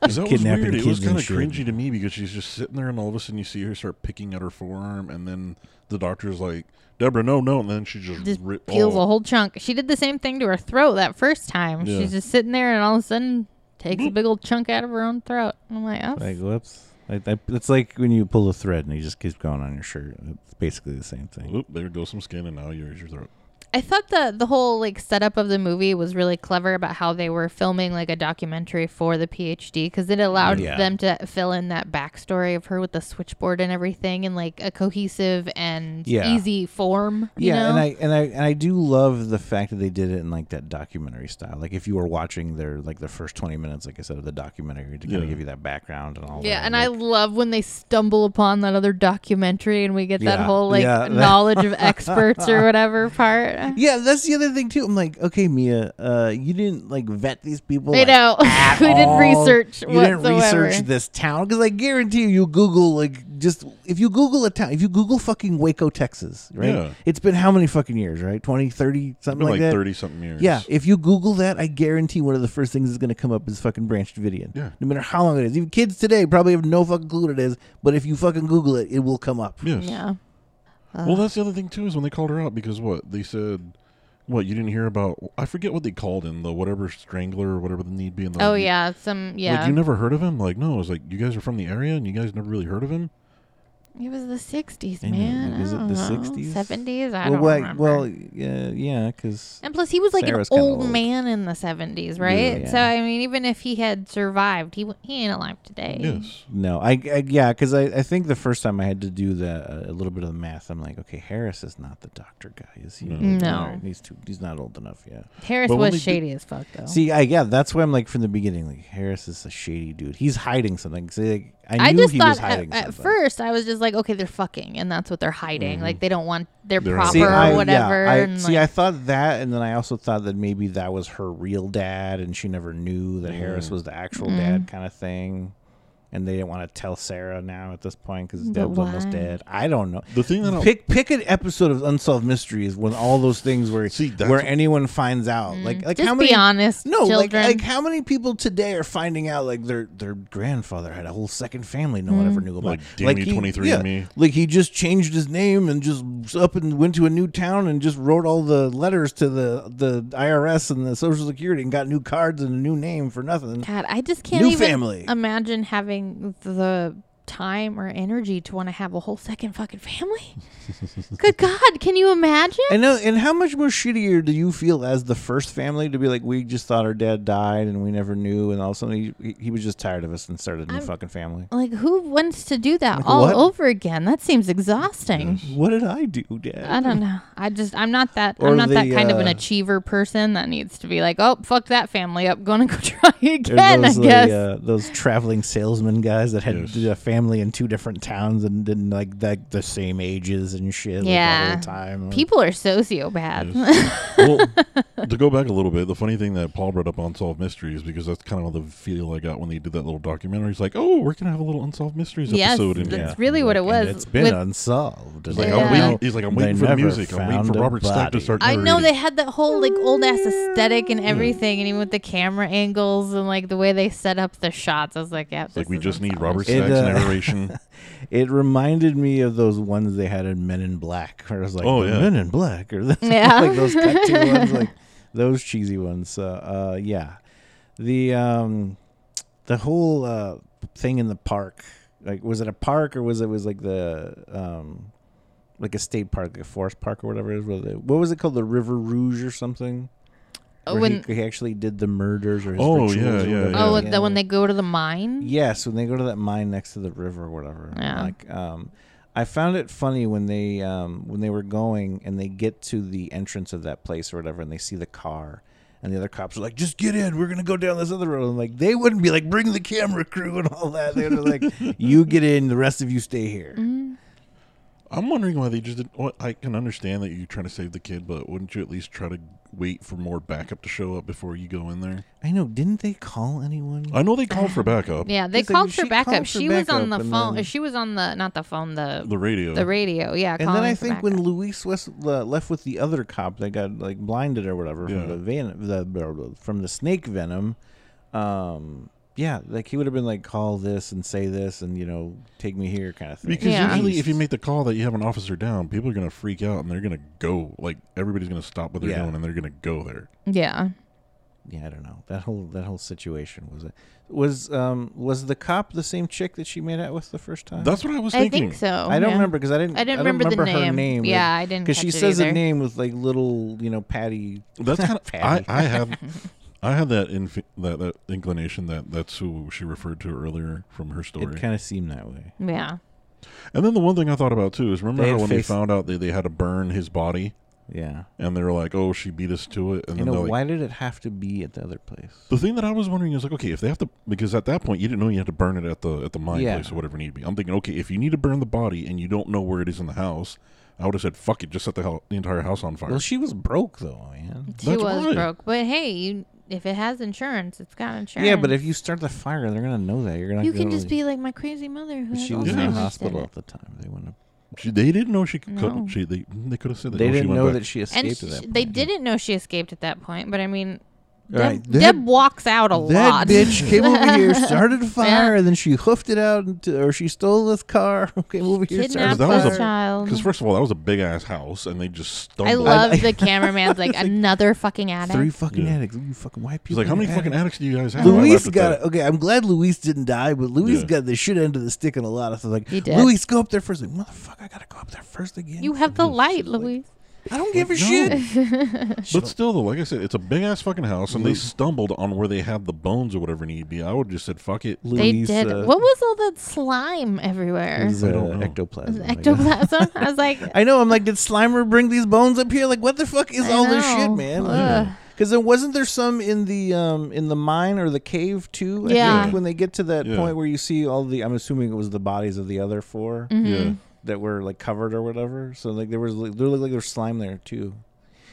Speaker 2: Because that was
Speaker 1: Kidnapping
Speaker 2: weird. It was
Speaker 1: kids and
Speaker 2: kind of
Speaker 1: shit.
Speaker 2: cringy to me because she's just sitting there, and all of a sudden you see her start picking at her forearm, and then the doctor's like, "Deborah, no, no," and then she just,
Speaker 3: just
Speaker 2: ripped
Speaker 3: peels
Speaker 2: all-
Speaker 3: a whole chunk. She did the same thing to her throat that first time.
Speaker 2: Yeah.
Speaker 3: She's just sitting there, and all of a sudden takes a big old chunk out of her own throat. I'm like, oh,
Speaker 1: Like whoops. Like that, it's like when you pull a thread and it just keeps going on your shirt. It's basically the same thing.
Speaker 2: Oop, there goes some skin, and now yours your throat.
Speaker 3: I thought the the whole like setup of the movie was really clever about how they were filming like a documentary for the PhD because it allowed
Speaker 1: Yeah.
Speaker 3: them to fill in that backstory of her with the switchboard and everything in like a cohesive and
Speaker 1: Yeah.
Speaker 3: easy form. You
Speaker 1: yeah,
Speaker 3: know?
Speaker 1: and I and I and I do love the fact that they did it in like that documentary style. Like if you were watching their like the first twenty minutes, like I said, of the documentary to kind
Speaker 2: Yeah.
Speaker 1: of give you that background and all.
Speaker 3: yeah,
Speaker 1: that,
Speaker 3: and
Speaker 1: like-
Speaker 3: I love when they stumble upon that other documentary and we get that
Speaker 1: Yeah.
Speaker 3: whole like
Speaker 1: Yeah.
Speaker 3: knowledge of experts or whatever part.
Speaker 1: Yeah, that's the other thing too. I'm like, okay, Mia, uh, you didn't like vet these people.
Speaker 3: I
Speaker 1: like,
Speaker 3: know.
Speaker 1: at
Speaker 3: We didn't
Speaker 1: all.
Speaker 3: research
Speaker 1: You didn't
Speaker 3: whatsoever.
Speaker 1: research this town because I guarantee you, you Google like just if you Google a town, if you Google fucking Waco, Texas, right?
Speaker 2: Yeah.
Speaker 1: It's been how many fucking years, right? 20, 30,
Speaker 2: It's
Speaker 1: something
Speaker 2: been
Speaker 1: like,
Speaker 2: like
Speaker 1: that.
Speaker 2: thirty something years.
Speaker 1: Yeah, if you Google that, I guarantee one of the first things that's going to come up is fucking Branch Davidian.
Speaker 2: Yeah.
Speaker 1: No matter how long it is. Even kids today probably have no fucking clue what it is, but if you fucking Google it, it will come up.
Speaker 2: Yes.
Speaker 3: Yeah.
Speaker 2: Well, that's the other thing too is when they called her out because what they said, what you didn't hear about. I forget what they called him, the whatever strangler or whatever the need be. In the,
Speaker 3: Oh yeah, some yeah.
Speaker 2: Like you never heard of him? Like no, it's like you guys are from the area and you guys never really heard of him.
Speaker 3: It was the sixties,
Speaker 1: I know.
Speaker 3: man.
Speaker 1: Was
Speaker 3: I
Speaker 1: it
Speaker 3: don't
Speaker 1: the
Speaker 3: know.
Speaker 1: 60s?
Speaker 3: Seventies? I
Speaker 1: well,
Speaker 3: don't
Speaker 1: wait,
Speaker 3: remember.
Speaker 1: well, yeah, yeah, because
Speaker 3: and plus, he was like
Speaker 1: Sarah's
Speaker 3: an
Speaker 1: kinda
Speaker 3: old,
Speaker 1: old.
Speaker 3: man in the seventies, right?
Speaker 1: Yeah.
Speaker 3: So I mean, even if he had survived, he w- he ain't alive today.
Speaker 2: Yes.
Speaker 1: No, I, I yeah, because I, I think the first time I had to do the uh, a little bit of the math, I'm like, okay, Harris is not the doctor guy, is he?
Speaker 2: No.
Speaker 3: No.
Speaker 1: All right, he's too, he's not old enough. Yeah.
Speaker 3: Harris
Speaker 2: But when they
Speaker 3: was
Speaker 2: did-
Speaker 3: shady as fuck, though.
Speaker 1: See, I yeah, that's why I'm like from the beginning, like Harris is a shady dude. He's hiding something. 'Cause, like, I knew
Speaker 3: I just
Speaker 1: he was
Speaker 3: thought at,
Speaker 1: hiding
Speaker 3: at
Speaker 1: something.
Speaker 3: first I was just like, okay, they're fucking, and that's what they're hiding. Like they don't want their
Speaker 2: They're
Speaker 3: proper
Speaker 1: See,
Speaker 2: hiding.
Speaker 3: or
Speaker 1: I,
Speaker 3: whatever.
Speaker 1: yeah, I,
Speaker 3: and
Speaker 1: see,
Speaker 3: like,
Speaker 1: I thought that, and then I also thought that maybe that was her real dad, and she never knew that Harris was the actual
Speaker 3: Mm.
Speaker 1: dad, kind of thing. And they didn't want to tell Sarah now at this point because his
Speaker 3: But
Speaker 1: dad was almost
Speaker 3: why?
Speaker 1: dead. I don't know.
Speaker 2: The thing that I-
Speaker 1: pick pick an episode of Unsolved Mysteries when all those things where
Speaker 2: See, that's-
Speaker 1: where anyone finds out. Like like
Speaker 3: Mm. just
Speaker 1: how many
Speaker 3: be honest,
Speaker 1: no like,
Speaker 3: children.
Speaker 1: like how many people today are finding out like their their grandfather had a whole second family no one ever
Speaker 3: Mm.
Speaker 1: knew about
Speaker 2: Like, damn you,
Speaker 1: he-
Speaker 2: 23andMe.
Speaker 1: like he just changed his name and just up and went to a new town and just wrote all the letters to the the IRS and the Social Security and got new cards and a new name for nothing.
Speaker 3: God, I just can't
Speaker 1: New
Speaker 3: even
Speaker 1: family.
Speaker 3: imagine having the time or energy to want to have a whole second fucking family. Good God, can you imagine?
Speaker 1: I know. And how much more shittier do you feel as the first family to be like, we just thought our dad died and we never knew, and all of a sudden he, he was just tired of us and started a new fucking family.
Speaker 3: like, who wants to do that all
Speaker 1: what?
Speaker 3: over again? That seems exhausting.
Speaker 1: What did I do, Dad?
Speaker 3: I don't know. I just, I'm not that,
Speaker 1: Or
Speaker 3: I'm not that
Speaker 1: the,
Speaker 3: kind of an
Speaker 1: uh,
Speaker 3: achiever person that needs to be like, oh, fuck that family up, gonna go try
Speaker 1: Or
Speaker 3: again, I
Speaker 1: those, like,
Speaker 3: guess.
Speaker 1: uh, those traveling salesman guys that had a family in two different towns and didn't like that the same ages and shit. like, all
Speaker 3: yeah.
Speaker 1: the time. Like,
Speaker 3: People are sociopaths.
Speaker 2: Mm. well, to go back a little bit, the funny thing that Paul brought up on Solved Mysteries, because that's kind of the feel I got when they did that little documentary. It's like, oh, we're gonna have a little Unsolved Mysteries
Speaker 3: yes,
Speaker 2: episode in
Speaker 3: that's
Speaker 2: here.
Speaker 3: really what it was.
Speaker 1: and it's been
Speaker 3: with-
Speaker 1: unsolved. oh,
Speaker 2: He's like,
Speaker 3: Yeah.
Speaker 2: I'm
Speaker 3: Yeah.
Speaker 2: waiting, he's like, I'm
Speaker 1: They
Speaker 2: waiting for the
Speaker 1: never
Speaker 2: music. I'm waiting
Speaker 1: found
Speaker 2: for
Speaker 1: a
Speaker 2: Robert Stack to
Speaker 1: body.
Speaker 2: start.
Speaker 3: I know
Speaker 2: narrating."
Speaker 3: they had that whole like old ass aesthetic and everything, and even with the camera angles and like the way they set up the shots, I was like, yeah,
Speaker 2: It's like we just need Robert
Speaker 1: It,
Speaker 2: Stack's
Speaker 1: uh,
Speaker 2: narration.
Speaker 1: It reminded me of those ones they had in Men in Black, where it was like,
Speaker 2: Oh,
Speaker 1: "The
Speaker 2: yeah.
Speaker 1: Men in Black, or those,
Speaker 3: Yeah.
Speaker 1: like those cartoon ones, like those cheesy ones. So, uh, yeah, the um, the whole uh, thing in the park, like, was it a park or was it was like the um, like a state park, like a forest park or whatever it is? Where the, what was it called, the River Rouge or something?
Speaker 3: Oh,
Speaker 1: Where
Speaker 3: when-
Speaker 1: he, he actually did the murders or his
Speaker 2: Oh,
Speaker 1: rituals
Speaker 2: yeah,
Speaker 1: or
Speaker 2: yeah,
Speaker 1: whatever.
Speaker 2: yeah.
Speaker 3: Oh,
Speaker 1: Yeah.
Speaker 3: the when they go to the mine.
Speaker 1: Yes, when they go to that mine next to the river or whatever.
Speaker 3: Yeah.
Speaker 1: Like um I found it funny when they um when they were going and they get to the entrance of that place or whatever and they see the car and the other cops are like, just get in. We're gonna go down this other road. And like, they wouldn't be like, bring the camera crew and all that. They were like, you get in, the rest of you stay here.
Speaker 2: I'm wondering why they just didn't. Well, I can understand that you're trying to save the kid, but wouldn't you at least try to wait for more backup to show up before you go in there?
Speaker 1: I know. Didn't they call anyone?
Speaker 2: I know they called for backup.
Speaker 3: Yeah, they
Speaker 1: It's like,
Speaker 3: called
Speaker 1: she
Speaker 3: for backup.
Speaker 1: called for
Speaker 3: she was
Speaker 1: backup
Speaker 3: on the
Speaker 1: and
Speaker 3: phone.
Speaker 1: then-
Speaker 3: She was on the not the phone, the
Speaker 2: The radio.
Speaker 3: the radio. Yeah,
Speaker 1: and
Speaker 3: calling
Speaker 1: then I
Speaker 3: for
Speaker 1: think
Speaker 3: backup.
Speaker 1: when Luis West le- left with the other cop that got like blinded or whatever
Speaker 2: Yeah.
Speaker 1: from the van, the, blah, blah, from the snake venom, um, yeah, like he would have been like, call this and say this and you know take me here kind of thing.
Speaker 2: Because
Speaker 3: Yeah.
Speaker 2: usually, if you make the call that you have an officer down, people are going to freak out and they're going to go. Like everybody's going to stop what they're
Speaker 1: Yeah.
Speaker 2: doing and they're going to go there.
Speaker 3: yeah,
Speaker 1: yeah, I don't know. That whole that whole situation was it was um was the cop the same chick that she made out with the first time?
Speaker 2: That's what I was
Speaker 3: Uh, I
Speaker 2: thinking.
Speaker 3: think so.
Speaker 1: I don't
Speaker 3: Oh, yeah.
Speaker 1: remember because I didn't.
Speaker 3: I didn't remember the
Speaker 1: her
Speaker 3: name.
Speaker 1: name.
Speaker 3: Yeah, I didn't
Speaker 1: because she
Speaker 3: catch it
Speaker 1: says a
Speaker 3: either.
Speaker 1: name with like little, you know, Patty.
Speaker 2: That's kind of I,
Speaker 1: Patty.
Speaker 2: I have I had that inf- that that inclination that that's who she referred to earlier from her story.
Speaker 1: It kind of seemed that way.
Speaker 3: Yeah.
Speaker 2: and then the one thing I thought about too is remember
Speaker 1: They
Speaker 2: how
Speaker 1: had
Speaker 2: when
Speaker 1: face-
Speaker 2: they found out they, they had to burn his body
Speaker 1: Yeah.
Speaker 2: and they were like, "Oh, she beat us to it." And
Speaker 1: You
Speaker 2: then
Speaker 1: know,
Speaker 2: they're like,
Speaker 1: why did it have to be at the other place?
Speaker 2: the thing that I was wondering is like, okay, if they have to because at that point you didn't know you had to burn it at the at the mine
Speaker 1: Yeah.
Speaker 2: place or whatever it need to be. I'm thinking, okay, if you need to burn the body and you don't know where it is in the house, I would have said, "Fuck it, just set the hell, the entire house on fire."
Speaker 1: Well, she was broke though, man.
Speaker 3: She
Speaker 2: That's
Speaker 3: was
Speaker 2: why.
Speaker 3: broke. But hey, you if it has insurance, it's got insurance.
Speaker 1: Yeah, but if you start the fire, they're gonna know that. You're gonna.
Speaker 3: you can just "Oh, be like my crazy mother who had
Speaker 1: She was in
Speaker 2: Yeah.
Speaker 1: the
Speaker 3: Alzheimer's did
Speaker 1: hospital
Speaker 3: it.
Speaker 1: at the time. They wouldn't. Have,
Speaker 2: She, they didn't know she could.
Speaker 3: No.
Speaker 2: She they they could have said that.
Speaker 1: they
Speaker 2: oh, she
Speaker 1: didn't
Speaker 2: went
Speaker 1: know
Speaker 2: back.
Speaker 1: that she escaped.
Speaker 3: And
Speaker 1: at that
Speaker 3: sh-
Speaker 1: point.
Speaker 3: they didn't know she escaped at that point, but I mean, Deb,
Speaker 1: Right,
Speaker 3: Deb,
Speaker 1: Deb-
Speaker 3: walks out a lot.
Speaker 1: That bitch came over here, started a fire, and then she hoofed it out, into, or she stole this car. Came over here, started
Speaker 3: Kidnapped
Speaker 1: a
Speaker 2: that was
Speaker 3: this
Speaker 2: a-
Speaker 1: fire.
Speaker 3: child.
Speaker 2: Because first of all, that was a big ass house, and they just stumbled.
Speaker 3: I
Speaker 1: I-
Speaker 3: love the cameraman's like
Speaker 1: It's like
Speaker 3: another fucking addict.
Speaker 1: Three fucking
Speaker 2: Yeah.
Speaker 1: addicts. You fucking white
Speaker 2: He's
Speaker 1: people.
Speaker 2: like, how
Speaker 1: you're
Speaker 2: many fucking
Speaker 1: addicts."
Speaker 2: addicts do you guys have? I laughed
Speaker 1: Luis
Speaker 2: at
Speaker 1: got
Speaker 2: that.
Speaker 1: it. Okay, I'm glad Luis didn't die, but Luis
Speaker 2: Yeah.
Speaker 1: got the shit end of the stick in a lot of stuff. Like,
Speaker 3: He did.
Speaker 1: Luis, go up there first. Like, motherfucker, I gotta go up there first again.
Speaker 3: You have the
Speaker 1: She's
Speaker 3: light,
Speaker 1: like,
Speaker 3: Louise.
Speaker 1: I don't give a
Speaker 2: No.
Speaker 1: shit.
Speaker 2: But still, though, like I said, it's a big ass fucking house, and they stumbled on where they had the bones or whatever need be. I would just said, fuck it.
Speaker 3: They
Speaker 1: Luis,
Speaker 3: did.
Speaker 1: uh,
Speaker 3: what was all that slime everywhere?
Speaker 1: is,
Speaker 2: I
Speaker 1: uh,
Speaker 2: don't know.
Speaker 1: ectoplasm.
Speaker 3: Was it
Speaker 1: I guess.
Speaker 3: ectoplasm. I was like,
Speaker 1: I know. I'm like, did Slimer bring these bones up here? Like, what the fuck is
Speaker 3: I
Speaker 1: all this
Speaker 3: know.
Speaker 1: shit, man?
Speaker 3: Ugh.
Speaker 1: Because then wasn't there some in the um in the mine or the cave too? I
Speaker 3: Yeah.
Speaker 1: Think, when they get to that
Speaker 2: Yeah.
Speaker 1: point where you see all the, I'm assuming it was the bodies of the other 4
Speaker 2: Yeah.
Speaker 1: that were like covered or whatever. So like there was like, there looked like there was slime there too.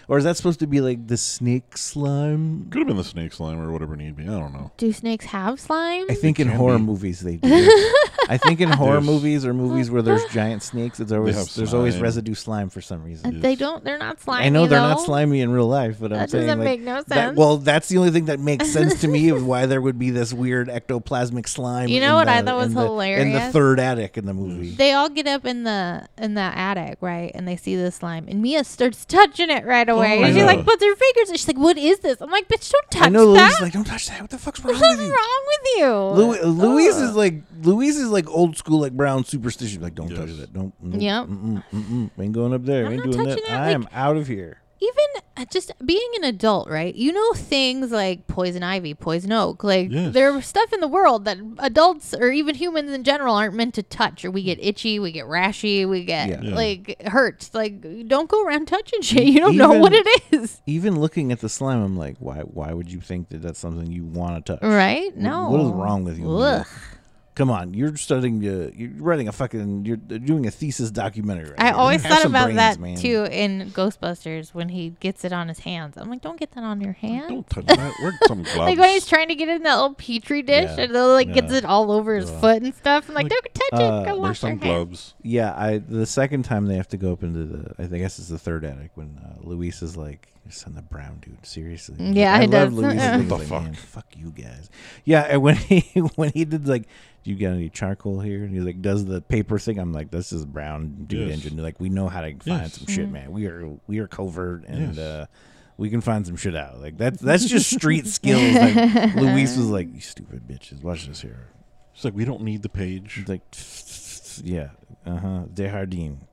Speaker 1: Or is that supposed to be like the snake slime?
Speaker 2: Could have been the snake slime or whatever need be. I don't know.
Speaker 3: do snakes have slime?
Speaker 1: I think in
Speaker 2: can
Speaker 1: horror
Speaker 2: be.
Speaker 1: movies they do. I think in horror
Speaker 2: There's-
Speaker 1: movies or movies where there's giant snakes, it's always
Speaker 2: have
Speaker 1: there's always
Speaker 2: slime.
Speaker 1: residue slime for some reason.
Speaker 3: Uh, They don't. They're not slimy.
Speaker 1: I know they're not
Speaker 3: though.
Speaker 1: slimy in real life, but I'm
Speaker 3: That
Speaker 1: saying
Speaker 3: doesn't
Speaker 1: like,
Speaker 3: make no
Speaker 1: that-
Speaker 3: sense.
Speaker 1: well, that's the only thing that makes sense to me of why there would be this weird ectoplasmic slime.
Speaker 3: You know
Speaker 1: in
Speaker 3: what I
Speaker 1: the-
Speaker 3: thought was
Speaker 1: in the- in the
Speaker 3: hilarious?
Speaker 1: third attic in the movie.
Speaker 3: They all get up in the in the attic, right? And they see the slime, and Mia starts touching it
Speaker 1: Oh
Speaker 3: right away.
Speaker 2: my
Speaker 3: and she
Speaker 2: God.
Speaker 3: like puts her fingers, and she's like, "What is this?" I'm like, "Bitch, don't touch
Speaker 1: I know
Speaker 3: that."
Speaker 1: Louise is like, don't touch that. What the fuck's wrong
Speaker 3: What's
Speaker 1: with you?
Speaker 3: wrong with you?
Speaker 1: Louis, Louise
Speaker 3: Ugh.
Speaker 1: is like Louise is like old school like brown superstition. Like don't touch
Speaker 2: Yes.
Speaker 1: that. Don't. mm, No,
Speaker 3: Yep.
Speaker 1: Mm-mm, mm-mm. mm. Ain't going up there.
Speaker 3: I'm
Speaker 1: ain't
Speaker 3: not
Speaker 1: doing that.
Speaker 3: touching that,
Speaker 1: I
Speaker 3: like-
Speaker 1: am out of here.
Speaker 3: even uh, just being an adult, right? You know things like poison ivy, poison oak. Like
Speaker 2: Yes.
Speaker 3: there's stuff in the world that adults or even humans in general aren't meant to touch. Or we get itchy, we get rashy, we get
Speaker 1: Mm. Yeah.
Speaker 2: Yeah.
Speaker 3: like hurt. Like don't go around touching shit. You don't know
Speaker 1: even-
Speaker 3: what it is,
Speaker 1: Even looking at the slime, I'm like, why? Why would you think that that's something you want to touch?
Speaker 3: right?
Speaker 1: Wh-
Speaker 3: No.
Speaker 1: What is wrong with you? Mia?
Speaker 3: Ugh.
Speaker 1: Come on, you're studying. To, you're writing a fucking. You're doing a thesis documentary. Right
Speaker 3: I
Speaker 1: here.
Speaker 3: always
Speaker 1: Have
Speaker 3: thought
Speaker 1: some
Speaker 3: about
Speaker 1: brains,
Speaker 3: that
Speaker 1: man.
Speaker 3: too in Ghostbusters when he gets it on his hands. I'm like, don't get that on your hand.
Speaker 2: Don't touch that. We're some globs.
Speaker 3: Like when he's trying to get in that little petri dish,
Speaker 1: Yeah.
Speaker 3: and then like gets
Speaker 1: Yeah.
Speaker 3: it all over his foot and stuff. I'm like, don't touch
Speaker 1: uh,
Speaker 3: it. Go
Speaker 2: There's
Speaker 3: wash your
Speaker 2: some
Speaker 3: hands.
Speaker 2: gloves.
Speaker 1: Yeah, I the second time they have to go up into the I think- I guess it's the third attic when uh, Luis is like, "Your son, the brown dude, seriously." He's
Speaker 3: Yeah,
Speaker 1: like, I
Speaker 3: he
Speaker 1: love
Speaker 3: does.
Speaker 1: Luis.
Speaker 3: Yeah.
Speaker 1: He's
Speaker 2: The
Speaker 1: like,
Speaker 2: fuck?
Speaker 1: "Man, fuck you guys. Yeah, and when he when he did like, "Do you got any charcoal here?" and he like does the paper thing. I'm like, "This is brown dude
Speaker 2: Yes.
Speaker 1: engine. Like, we know how to find
Speaker 2: Yes.
Speaker 1: some shit, man. We are we are covert and."
Speaker 2: Yes.
Speaker 1: uh we can find some shit out. Like that's that's just street skills. Like Luis was like, "You stupid bitches, watch this here."
Speaker 2: She's like, we don't need the page.
Speaker 1: Like, yeah, uh huh. Desjardins,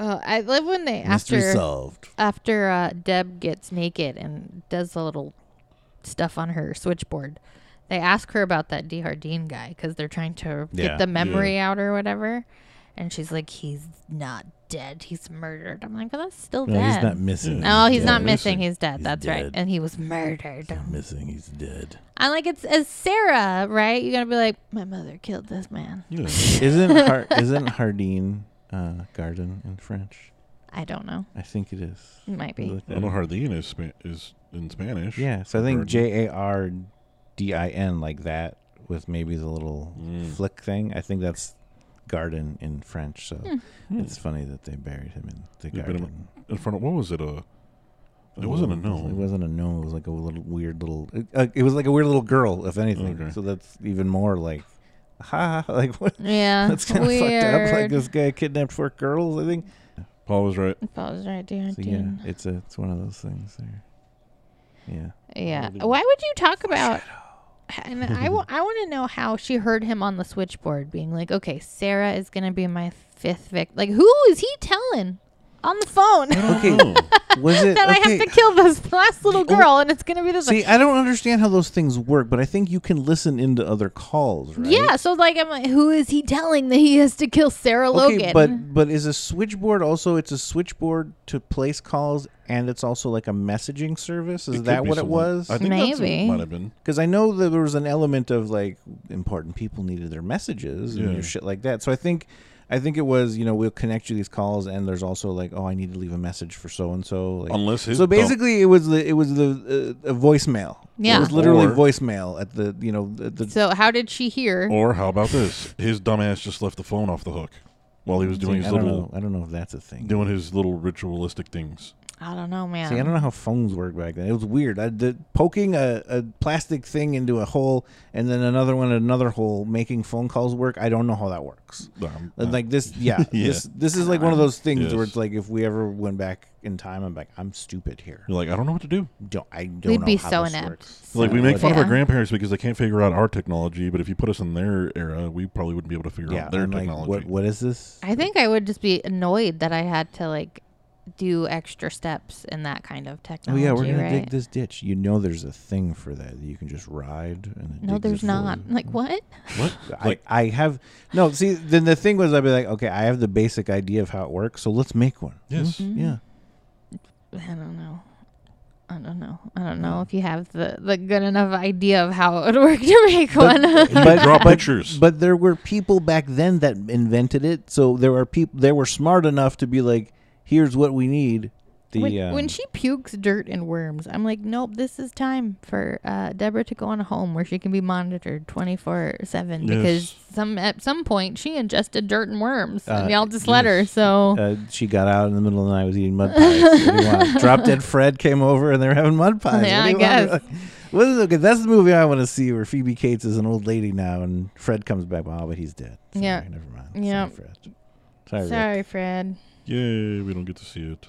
Speaker 3: Oh, I love when they
Speaker 1: mystery
Speaker 3: after
Speaker 1: solved.
Speaker 3: after uh, Deb gets naked and does the little stuff on her switchboard. They ask her about that Dehardine guy because they're trying to
Speaker 1: Yeah.
Speaker 3: get the memory out or whatever, and she's like, "He's not dead. He's murdered." I'm like, "Well, that's still
Speaker 1: No,
Speaker 3: dead."
Speaker 1: he's not missing.
Speaker 3: No, he's
Speaker 1: dead.
Speaker 3: not
Speaker 2: missing.
Speaker 3: missing. He's dead.
Speaker 1: He's
Speaker 3: That's right.
Speaker 1: dead.
Speaker 3: And he was murdered.
Speaker 1: He's missing. He's dead.
Speaker 3: I'm like, it's as Sarah, right? You're gonna be like, "My mother killed this man."
Speaker 2: Yeah.
Speaker 1: Isn't Har- isn't Hardin uh, garden in French?
Speaker 3: I don't know.
Speaker 1: I think it is.
Speaker 3: It might be.
Speaker 2: I know Jardín is, spa- is in Spanish.
Speaker 1: Yeah, so I think
Speaker 2: Garden.
Speaker 1: J A R D I N like that with maybe the little
Speaker 2: Mm.
Speaker 1: flick thing. I think that's garden in French. So
Speaker 3: Hmm.
Speaker 1: it's funny that they buried him in the
Speaker 2: Hmm. They put him
Speaker 1: garden.
Speaker 2: In front of, what was it? uh, A, it wasn't a
Speaker 1: It
Speaker 2: gnome.
Speaker 1: wasn't a gnome. It was like a little weird little. It, uh, it was like a weird little girl, if anything.
Speaker 2: Okay.
Speaker 1: So that's even more like, ha, like what?
Speaker 3: Yeah,
Speaker 1: That's kind of fucked up. Like
Speaker 3: weird.
Speaker 1: this guy kidnapped four girls, I think.
Speaker 2: Paul was right.
Speaker 3: Paul's right there.
Speaker 1: So yeah, it's a it's one of those things there. Yeah.
Speaker 3: Yeah. Why would you talk about? And I want to know how she heard him on the switchboard being like, "Okay, Sarah is gonna be my fifth victim." Like, who is he telling on the phone that
Speaker 1: Okay. Was it
Speaker 3: Oh. I
Speaker 1: okay,
Speaker 3: have to kill this last little girl and it's gonna be this?
Speaker 1: See, I don't understand how those things work, but I think you can listen into other calls, right?
Speaker 3: Yeah. So like, I'm like, who is he telling that he has to kill Sarah Logan?
Speaker 1: Okay, but but is a switchboard also? It's a switchboard to place calls, and it's also like a messaging service. Is
Speaker 2: could
Speaker 1: that
Speaker 2: be
Speaker 1: what it
Speaker 2: something-
Speaker 1: was?
Speaker 2: I think that's what it
Speaker 3: Maybe.
Speaker 2: might have been.
Speaker 1: Because I know that there was an element of like important people needed their messages and you know,
Speaker 2: Yeah.
Speaker 1: shit like that. So I think, I think it was you know we'll connect you these calls, and there's also like oh I need to leave a message for so and so.
Speaker 2: Unless his
Speaker 1: so
Speaker 2: dumb-
Speaker 1: basically it was the it was the uh, a voicemail.
Speaker 3: Yeah.
Speaker 1: it was literally
Speaker 2: Or-
Speaker 1: voicemail at the you know at the
Speaker 3: so how did she hear?
Speaker 2: Or how about this? His dumbass just left the phone off the hook while he was doing
Speaker 1: I
Speaker 2: his
Speaker 1: don't
Speaker 2: little
Speaker 1: know I don't know if that's a thing.
Speaker 2: doing his little ritualistic things.
Speaker 3: I don't know, man.
Speaker 1: See, I don't know how phones work back then. It was weird. I did, poking a, a plastic thing into a hole and then another one in another hole, making phone calls work. I don't know how that works.
Speaker 2: Um,
Speaker 1: And
Speaker 2: uh,
Speaker 1: like this, yeah,
Speaker 2: Yeah.
Speaker 1: This this is like one of those things where
Speaker 2: Yes.
Speaker 1: it's like if we ever went back in time, I'm like, I'm stupid here.
Speaker 2: you're like, I don't know what to do.
Speaker 1: Don't, I don't
Speaker 3: We'd
Speaker 1: know
Speaker 3: be
Speaker 1: how
Speaker 3: so
Speaker 1: this
Speaker 3: inept.
Speaker 1: works.
Speaker 2: Like we make
Speaker 1: Yeah.
Speaker 2: fun of our
Speaker 3: Yeah.
Speaker 2: grandparents because they can't figure out our technology, but if you put us in their era, we probably wouldn't be able to figure
Speaker 1: Yeah,
Speaker 2: out their
Speaker 1: I'm like,
Speaker 2: technology.
Speaker 1: what what is this?
Speaker 3: I think I would just be annoyed that I had to like do extra steps in that kind of
Speaker 1: Oh
Speaker 3: technology.
Speaker 1: yeah, we're gonna
Speaker 3: right?
Speaker 1: dig this ditch. You know, there's a thing for that. that You can just ride and it
Speaker 3: No,
Speaker 1: digs it
Speaker 3: there's
Speaker 1: for
Speaker 3: not.
Speaker 1: you.
Speaker 3: Like what?
Speaker 2: What?
Speaker 1: I, I have no see then the thing was i'd be like okay i have the basic idea of how it works so let's make one
Speaker 2: Yes.
Speaker 3: Mm-hmm.
Speaker 1: Hmm? yeah
Speaker 3: I don't know. I don't know. I don't know if you have the, the good enough idea of how it would work to make one.
Speaker 1: but,
Speaker 2: draw
Speaker 1: but-
Speaker 2: pictures.
Speaker 1: but there were people back then that invented it so there were people they were smart enough to be like here's what we need the
Speaker 3: when,
Speaker 1: um,
Speaker 3: when she pukes dirt and worms, I'm like, nope. This is time for uh, Deborah to go on a home where she can be monitored 24 seven because
Speaker 2: Yes.
Speaker 3: some at some point she ingested dirt and worms,
Speaker 1: Uh,
Speaker 3: and y'all just let her.
Speaker 2: yes.
Speaker 3: So
Speaker 1: uh, she got out in the middle of the night was eating mud pies What do you want? drop dead fred came over and they were having mud pies
Speaker 3: Yeah,
Speaker 1: What do
Speaker 3: I
Speaker 1: you want? What is- okay, that's the movie i want to see where phoebe cates is an old lady now and fred comes back oh but he's dead Sorry,
Speaker 3: Yeah.
Speaker 1: never mind
Speaker 3: Yeah.
Speaker 1: Sorry, fred sorry, Rick.
Speaker 3: sorry, Fred.
Speaker 2: Yay, we don't get to see it.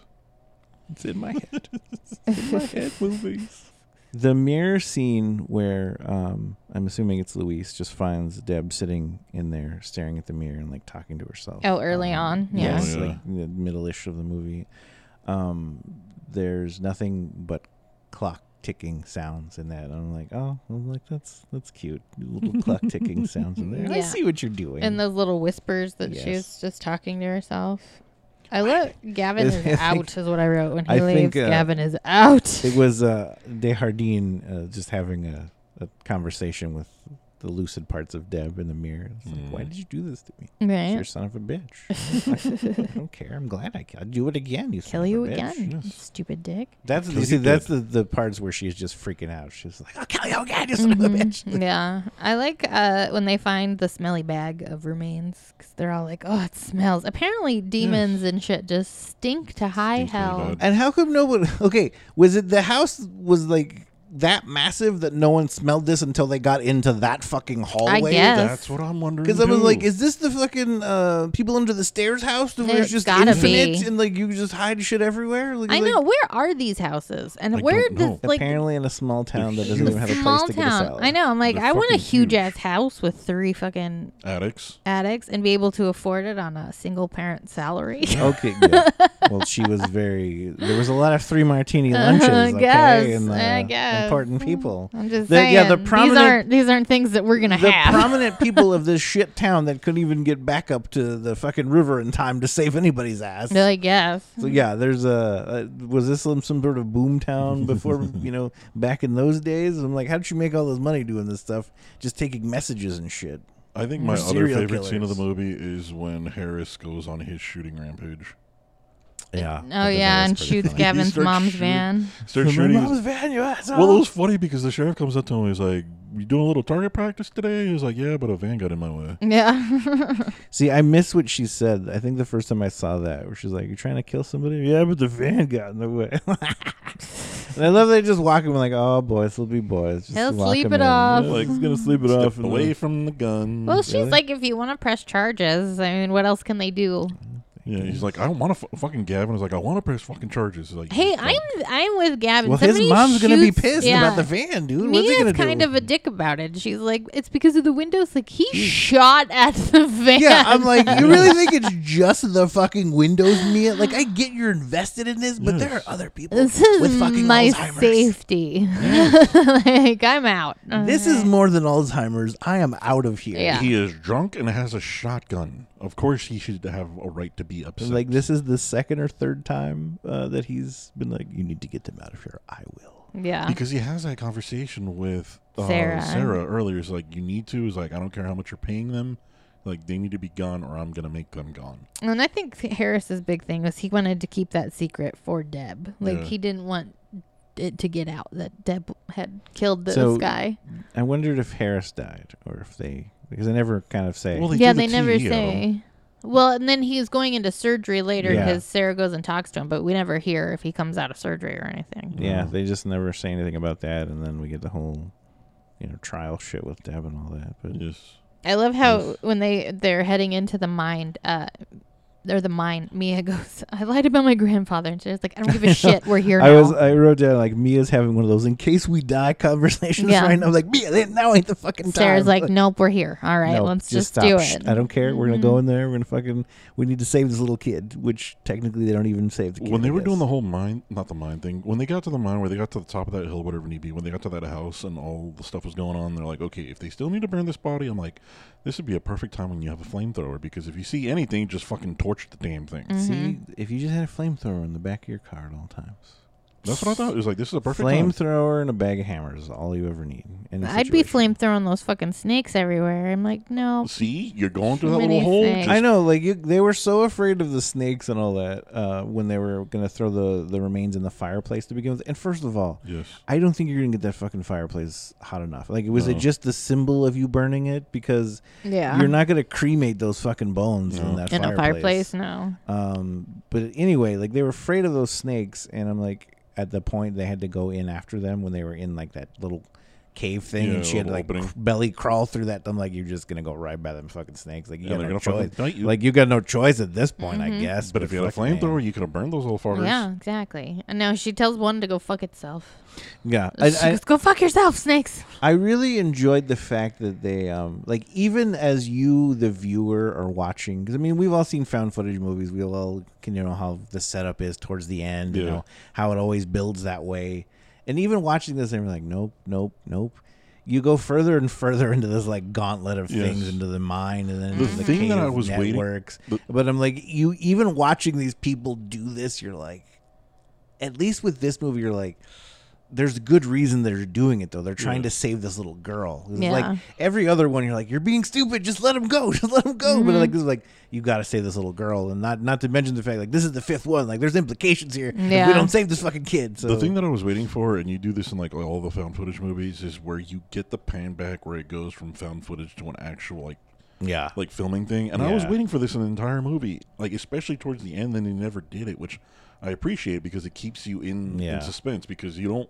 Speaker 1: It's in my head. it's in my head movies. The mirror scene where um, I'm assuming it's Luis just finds Deb sitting in there staring at the mirror and like talking to herself.
Speaker 3: Oh, early on, yeah.
Speaker 1: Yes,
Speaker 2: Oh, yeah.
Speaker 1: like in the middle-ish of the movie. Um, there's nothing but clock ticking sounds in that. I'm like, oh, I'm like that's that's cute. Little clock ticking sounds in there. I
Speaker 3: Yeah.
Speaker 1: see what you're doing.
Speaker 3: And those little whispers that she
Speaker 1: Yes.
Speaker 3: was just talking to herself. I look. Gavin
Speaker 1: I
Speaker 3: is
Speaker 1: think-
Speaker 3: out, is what I wrote when he
Speaker 1: I
Speaker 3: leaves.
Speaker 1: think, uh,
Speaker 3: Gavin is out.
Speaker 1: It was uh, Desjardins uh, just having a, a conversation with the lucid parts of Deb in the mirror. It's like, why
Speaker 2: Mm.
Speaker 1: did you do this to me? You're a
Speaker 3: Right?
Speaker 1: son of a bitch. I don't care. I'm glad I can. I'll do it again. You son
Speaker 3: Kill
Speaker 1: of a
Speaker 3: you
Speaker 1: bitch.
Speaker 3: again,
Speaker 2: yes.
Speaker 3: stupid dick.
Speaker 1: That's you
Speaker 2: Kill
Speaker 1: see,
Speaker 2: you
Speaker 1: that's the, the parts where she's just freaking out. She's like, "I'll kill you again, you son
Speaker 3: Mm-hmm.
Speaker 1: of a bitch."
Speaker 3: yeah, I like uh, when they find the smelly bag of remains because they're all like, "Oh, it smells." Apparently, demons and shit just stink to high
Speaker 2: Stinks really
Speaker 3: hell.
Speaker 2: bad.
Speaker 1: And how come nobody? Okay, was it the house was like that massive that no one smelled this until they got into that fucking hallway?
Speaker 3: guess. Yes.
Speaker 2: That's what I'm wondering.
Speaker 1: Because I was
Speaker 2: too.
Speaker 1: like, is this the fucking uh, people under the stairs house where it's
Speaker 3: It's
Speaker 1: just
Speaker 3: gotta
Speaker 1: infinite
Speaker 3: be.
Speaker 1: and like you just hide shit everywhere? Like,
Speaker 3: I
Speaker 1: like-
Speaker 3: know. Where are these houses? And
Speaker 2: I
Speaker 3: where
Speaker 2: don't
Speaker 3: does
Speaker 2: know.
Speaker 3: like
Speaker 1: Apparently, in a small town that doesn't
Speaker 2: Huge.
Speaker 1: even have a place
Speaker 3: small
Speaker 1: to get a
Speaker 3: town?
Speaker 1: salad.
Speaker 3: I know. I'm like,
Speaker 2: They're
Speaker 3: I want a
Speaker 2: fucking
Speaker 3: huge
Speaker 2: huge.
Speaker 3: ass house with three fucking
Speaker 2: addicts.
Speaker 3: addicts and be able to afford it on a single parent salary.
Speaker 1: Okay, good. well, she was very. There was a lot of three martini lunches.
Speaker 3: I
Speaker 1: okay,
Speaker 3: guess,
Speaker 1: and, uh,
Speaker 3: I guess.
Speaker 1: important people.
Speaker 3: I'm just
Speaker 1: The-
Speaker 3: saying.
Speaker 1: yeah, the prominent-
Speaker 3: these aren't these aren't things that we're gonna
Speaker 1: The
Speaker 3: have.
Speaker 1: prominent people of this shit town that couldn't even get back up to the fucking river in time to save anybody's ass.
Speaker 3: I guess.
Speaker 1: So yeah, there's a uh, was this some, some sort of boom town before you know back in those days? I'm like, how did you make all this money doing this stuff? Just taking messages and shit.
Speaker 2: I think my
Speaker 1: For
Speaker 2: other
Speaker 1: serial
Speaker 2: favorite scene of the
Speaker 1: killers.
Speaker 2: movie is when Harris goes on his shooting rampage.
Speaker 1: Yeah.
Speaker 3: Oh yeah, and shoots Gavin's
Speaker 2: starts
Speaker 3: mom's
Speaker 2: shooting.
Speaker 3: van.
Speaker 2: Starts shooting.
Speaker 1: mom's van, you asshole.
Speaker 2: Well, it was funny because the sheriff comes up to him. He's like, "You doing a little target practice today?" He was like, "Yeah, but a van got in my way."
Speaker 3: Yeah.
Speaker 1: See, I miss what she said. I think the first time I saw that, where she's like, "You're trying to kill somebody." Yeah, but the van got in the way. and I love they just walk in like, "Oh, boys will be boys." Just
Speaker 3: He'll
Speaker 1: lock
Speaker 3: sleep
Speaker 1: 'em
Speaker 3: it
Speaker 1: in.
Speaker 3: off.
Speaker 1: Like, he's gonna sleep it off.
Speaker 2: Step away from the gun.
Speaker 3: well, she's
Speaker 1: Really?
Speaker 3: like, if you want to press charges, I mean, what else can they do?
Speaker 1: Yeah,
Speaker 2: He's like, I don't want to f- fucking Gavin. He's like, I want to press fucking charges. He's like,
Speaker 3: Hey,
Speaker 2: "You
Speaker 3: I'm I'm with Gavin.
Speaker 1: well,
Speaker 3: Somebody
Speaker 1: his mom's gonna be
Speaker 3: shoots-
Speaker 1: pissed
Speaker 3: yeah.
Speaker 1: about the van, dude. What's he
Speaker 3: Mia's
Speaker 1: gonna
Speaker 3: kind
Speaker 1: do?
Speaker 3: of a dick about it. She's like, it's because of the windows. Like he shot at the van.
Speaker 1: yeah, I'm like, you really think it's just the fucking windows, Mia? Like, I get you're invested in this, but there are other people
Speaker 3: this is
Speaker 1: with fucking
Speaker 3: my
Speaker 1: Alzheimer's.
Speaker 3: safety. like I'm out.
Speaker 1: This is more than Alzheimer's. I am out of here.
Speaker 3: Yeah.
Speaker 2: He is drunk and has a shotgun. Of course, he should have a right to be upset.
Speaker 1: Like this is the second or third time uh, that he's been like, "You need to get them out of here. I will."
Speaker 3: Uh, yeah.
Speaker 2: because he has that conversation with uh,
Speaker 3: Sarah.
Speaker 2: Sarah. earlier. It's like, you need to. It's like, I don't care how much you're paying them. Like, they need to be gone or I'm going to make them gone.
Speaker 3: And I think Harris's big thing was he wanted to keep that secret for Deb. Like
Speaker 2: Yeah.
Speaker 3: he didn't want it to get out that Deb had killed this
Speaker 1: So-
Speaker 3: guy.
Speaker 1: I wondered if Harris died or if they, because I never kind of say.
Speaker 2: Well, They
Speaker 3: yeah,
Speaker 2: do the
Speaker 3: they never
Speaker 2: TV at
Speaker 3: say. Well, and then he's going into surgery later
Speaker 1: Yeah.
Speaker 3: because Sarah goes and talks to him, but we never hear if he comes out of surgery or anything.
Speaker 1: yeah, they just never say anything about that, and then we get the whole, you know, trial shit with Deb and all that. But
Speaker 2: Yes.
Speaker 3: I love how when they they're heading into the mine, uh, or the mine, Mia goes, "I lied about my grandfather," and she's like, "I don't give a shit. We're here
Speaker 1: I
Speaker 3: now."
Speaker 1: was I wrote down like Mia's having one of those in case we die conversations
Speaker 3: Yeah.
Speaker 1: right now. I'm like Mia, that- now ain't the fucking time.
Speaker 3: Sarah's like, "Nope, we're here. All right,
Speaker 1: No,
Speaker 3: let's just, do
Speaker 1: Shh,
Speaker 3: it." Mm-hmm.
Speaker 1: I don't care. We're gonna go in there. We're gonna fucking. We need to save this little kid, which technically they don't even save the kid.
Speaker 2: when they
Speaker 1: I
Speaker 2: were doing
Speaker 1: guess.
Speaker 2: the whole mine, not the mine thing, when they got to the mine, where they got to the top of that hill, whatever it need be, when they got to that house and all the stuff was going on, they're like, okay, if they still need to burn this body, I'm like, this would be a perfect time when you have a flamethrower because if you see anything, just fucking torch the damn thing.
Speaker 3: Mm. Mm-hmm.
Speaker 1: see, if you just had a flamethrower in the back of your car at all times,
Speaker 2: That's what I thought. It was like, this is a perfect time.
Speaker 1: flamethrower and a bag of hammers is all you ever need. in a
Speaker 3: I'd be flame
Speaker 1: situation.
Speaker 3: throwing those fucking snakes everywhere. I'm like, no.
Speaker 2: See, you're going through
Speaker 3: Too
Speaker 2: that little
Speaker 3: many
Speaker 2: hole.
Speaker 3: things.
Speaker 2: just-
Speaker 1: I know, like you, they were so afraid of the snakes and all that uh, when they were gonna throw the the remains in the fireplace to begin with. And first of all,
Speaker 2: Yes.
Speaker 1: I don't think you're gonna get that fucking fireplace hot enough. Like, was it just the symbol of you burning it? Because
Speaker 3: Yeah.
Speaker 1: you're not gonna cremate those fucking bones in
Speaker 2: No.
Speaker 1: that
Speaker 3: in a
Speaker 1: fireplace.
Speaker 3: fireplace, no.
Speaker 1: Um, but anyway, like they were afraid of those snakes, and I'm like, at the point they had to go in after them when they were in like that little cave thing,
Speaker 2: Yeah,
Speaker 1: and she had to like
Speaker 2: little
Speaker 1: cr-
Speaker 2: opening.
Speaker 1: belly crawl through that. I'm like, you're just gonna go right by them fucking snakes. Like you got
Speaker 2: Yeah, they're
Speaker 1: no
Speaker 2: gonna fucking
Speaker 1: choice.
Speaker 2: bite you.
Speaker 1: Like you got no choice at this point,
Speaker 3: Mm-hmm.
Speaker 1: I guess.
Speaker 2: But if you had a
Speaker 1: fucking, man.
Speaker 2: flamethrower, you could have burned those little fuckers.
Speaker 3: Yeah, exactly. And now she tells one to go fuck itself.
Speaker 1: yeah,
Speaker 3: she goes, go fuck yourself, snakes.
Speaker 1: I really enjoyed the fact that they, um, like, even as you, the viewer, are watching, because I mean, we've all seen found footage movies. We all can, you know, how the setup is towards the end, you
Speaker 2: Yeah.
Speaker 1: know, how it always builds that way. And even watching this, I'm like, nope, nope, nope. You go further and further into this like gauntlet of
Speaker 2: Yes.
Speaker 1: things into the mine and then
Speaker 2: The
Speaker 1: into the
Speaker 2: thing
Speaker 1: cave
Speaker 2: that I was waiting-
Speaker 1: networks.
Speaker 2: the-
Speaker 1: but I'm like, you even watching these people do this, you're like, at least with this movie, you're like, there's good reason they're doing it though. They're trying to save this little girl. It's
Speaker 3: Yeah.
Speaker 1: Like every other one, you're like, you're being stupid. Just let him go. Just let him go. But
Speaker 3: Mm-hmm.
Speaker 1: like this is like you got to save this little girl, and not not to mention the fact like this is the fifth one. Like there's implications here. If
Speaker 3: Yeah.
Speaker 1: we don't save this fucking kid. So
Speaker 2: The thing that I was waiting for, and you do this in like all the found footage movies, is where you get the pan back where it goes from found footage to an actual like
Speaker 1: yeah,
Speaker 2: like filming thing. And I was
Speaker 1: Yeah.
Speaker 2: waiting for this in the entire movie, like especially towards the end. Then they never did it, which I appreciate because it keeps you in,
Speaker 1: Yeah.
Speaker 2: in suspense because you don't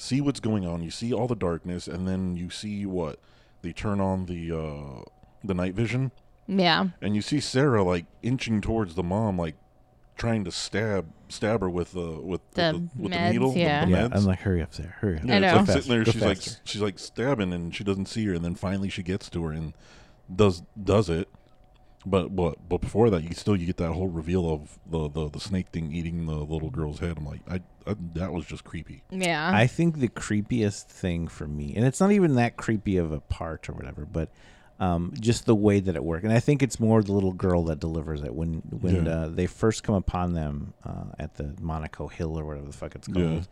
Speaker 2: see what's going on. You see all the darkness, and then you see what they turn on the uh, the night vision,
Speaker 3: Yeah.
Speaker 2: and you see Sarah like inching towards the mom, like trying to stab stab her with the with
Speaker 3: The
Speaker 2: with the, with
Speaker 3: meds,
Speaker 2: the needle. the-
Speaker 3: yeah.
Speaker 2: the
Speaker 1: yeah.
Speaker 2: meds.
Speaker 1: I'm like, hurry up, there, hurry up.
Speaker 2: Yeah,
Speaker 3: I know.
Speaker 2: It's
Speaker 1: Go
Speaker 2: like sitting there,
Speaker 1: faster,
Speaker 2: she's
Speaker 1: go
Speaker 2: like
Speaker 1: faster.
Speaker 2: she's like stabbing, and she doesn't see her, and then finally she gets to her and does does it. But but but before that, you still you get that whole reveal of the the, the snake thing eating the little girl's head. I'm like, I, I that was just creepy.
Speaker 3: Yeah.
Speaker 1: I think the creepiest thing for me, and it's not even that creepy of a part or whatever, but um, just the way that it worked. And I think it's more the little girl that delivers it when when
Speaker 2: Yeah.
Speaker 1: uh, they first come upon them uh, at the Monaco Hill or whatever the fuck it's called.
Speaker 2: Yeah.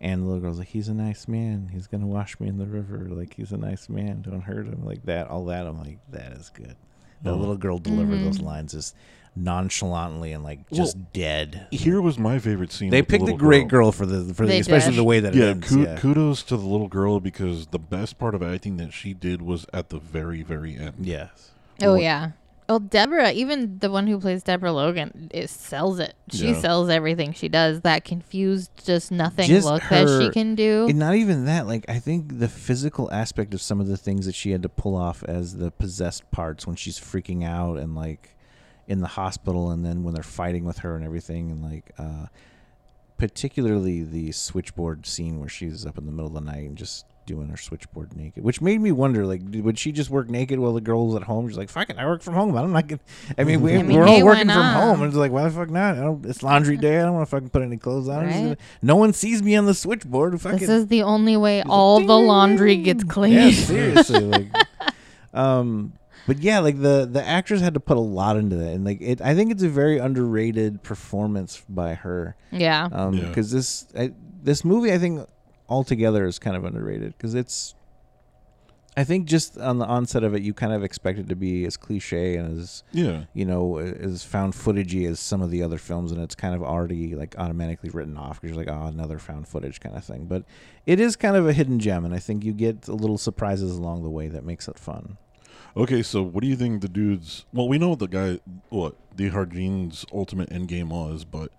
Speaker 1: And the little girl's like, "He's a nice man. He's gonna wash me in the river. Like he's a nice man. Don't hurt him. Like that. All that. I'm like, that is good. The little girl delivered those lines just nonchalantly and like just dead.
Speaker 2: Here was my favorite scene.
Speaker 1: They
Speaker 2: with the
Speaker 1: picked a
Speaker 2: little
Speaker 1: great girl, for the for the,
Speaker 3: They
Speaker 1: especially
Speaker 3: did.
Speaker 1: the way that it
Speaker 2: Yeah,
Speaker 1: ends.
Speaker 2: ku-
Speaker 1: yeah.
Speaker 2: kudos to the little girl because the best part of acting that she did was at the very very end.
Speaker 1: Yes.
Speaker 3: oh, yeah. Well, Deborah, even the one who plays Deborah Logan, is, sells it. She
Speaker 2: Yeah.
Speaker 3: sells everything she does. That confused, just nothing
Speaker 1: Just
Speaker 3: look that
Speaker 1: her-
Speaker 3: she can do.
Speaker 1: And not even that. Like I think the physical aspect of some of the things that she had to pull off as the possessed parts when she's freaking out and like in the hospital and then when they're fighting with her and everything and like uh particularly the switchboard scene where she's up in the middle of the night and just doing her switchboard naked which made me wonder like d- would she just work naked while the girl was at home she's like fuck it i work from home i'm not gonna i mean, we,
Speaker 3: I mean,
Speaker 1: we're
Speaker 3: hey,
Speaker 1: all
Speaker 3: why
Speaker 1: working from
Speaker 3: not?
Speaker 1: home and it's like why the fuck not I don't, it's laundry day i don't want to fucking put any clothes on I'm just
Speaker 3: Right.
Speaker 1: gonna- no one sees me on the switchboard fucking
Speaker 3: This is the only way all the laundry gets cleaned.
Speaker 1: yeah, seriously. like, um, but yeah, like the the actress had to put a lot into that, and like it, I think it's a very underrated performance by her.
Speaker 3: yeah.
Speaker 1: Um,
Speaker 2: Yeah.
Speaker 1: because this I, this movie, I think altogether is kind of underrated because it's. I think just on the onset of it, you kind of expect it to be as cliche and as
Speaker 2: Yeah.
Speaker 1: you know as found footagey as some of the other films and it's kind of already like automatically written off because you're like oh another found footage kind of thing but it is kind of a hidden gem and i think you get the little surprises along the way that makes it fun
Speaker 2: Okay, so what do you think the dude's? Well, we know what the guy, what the Hardin's ultimate end game was, but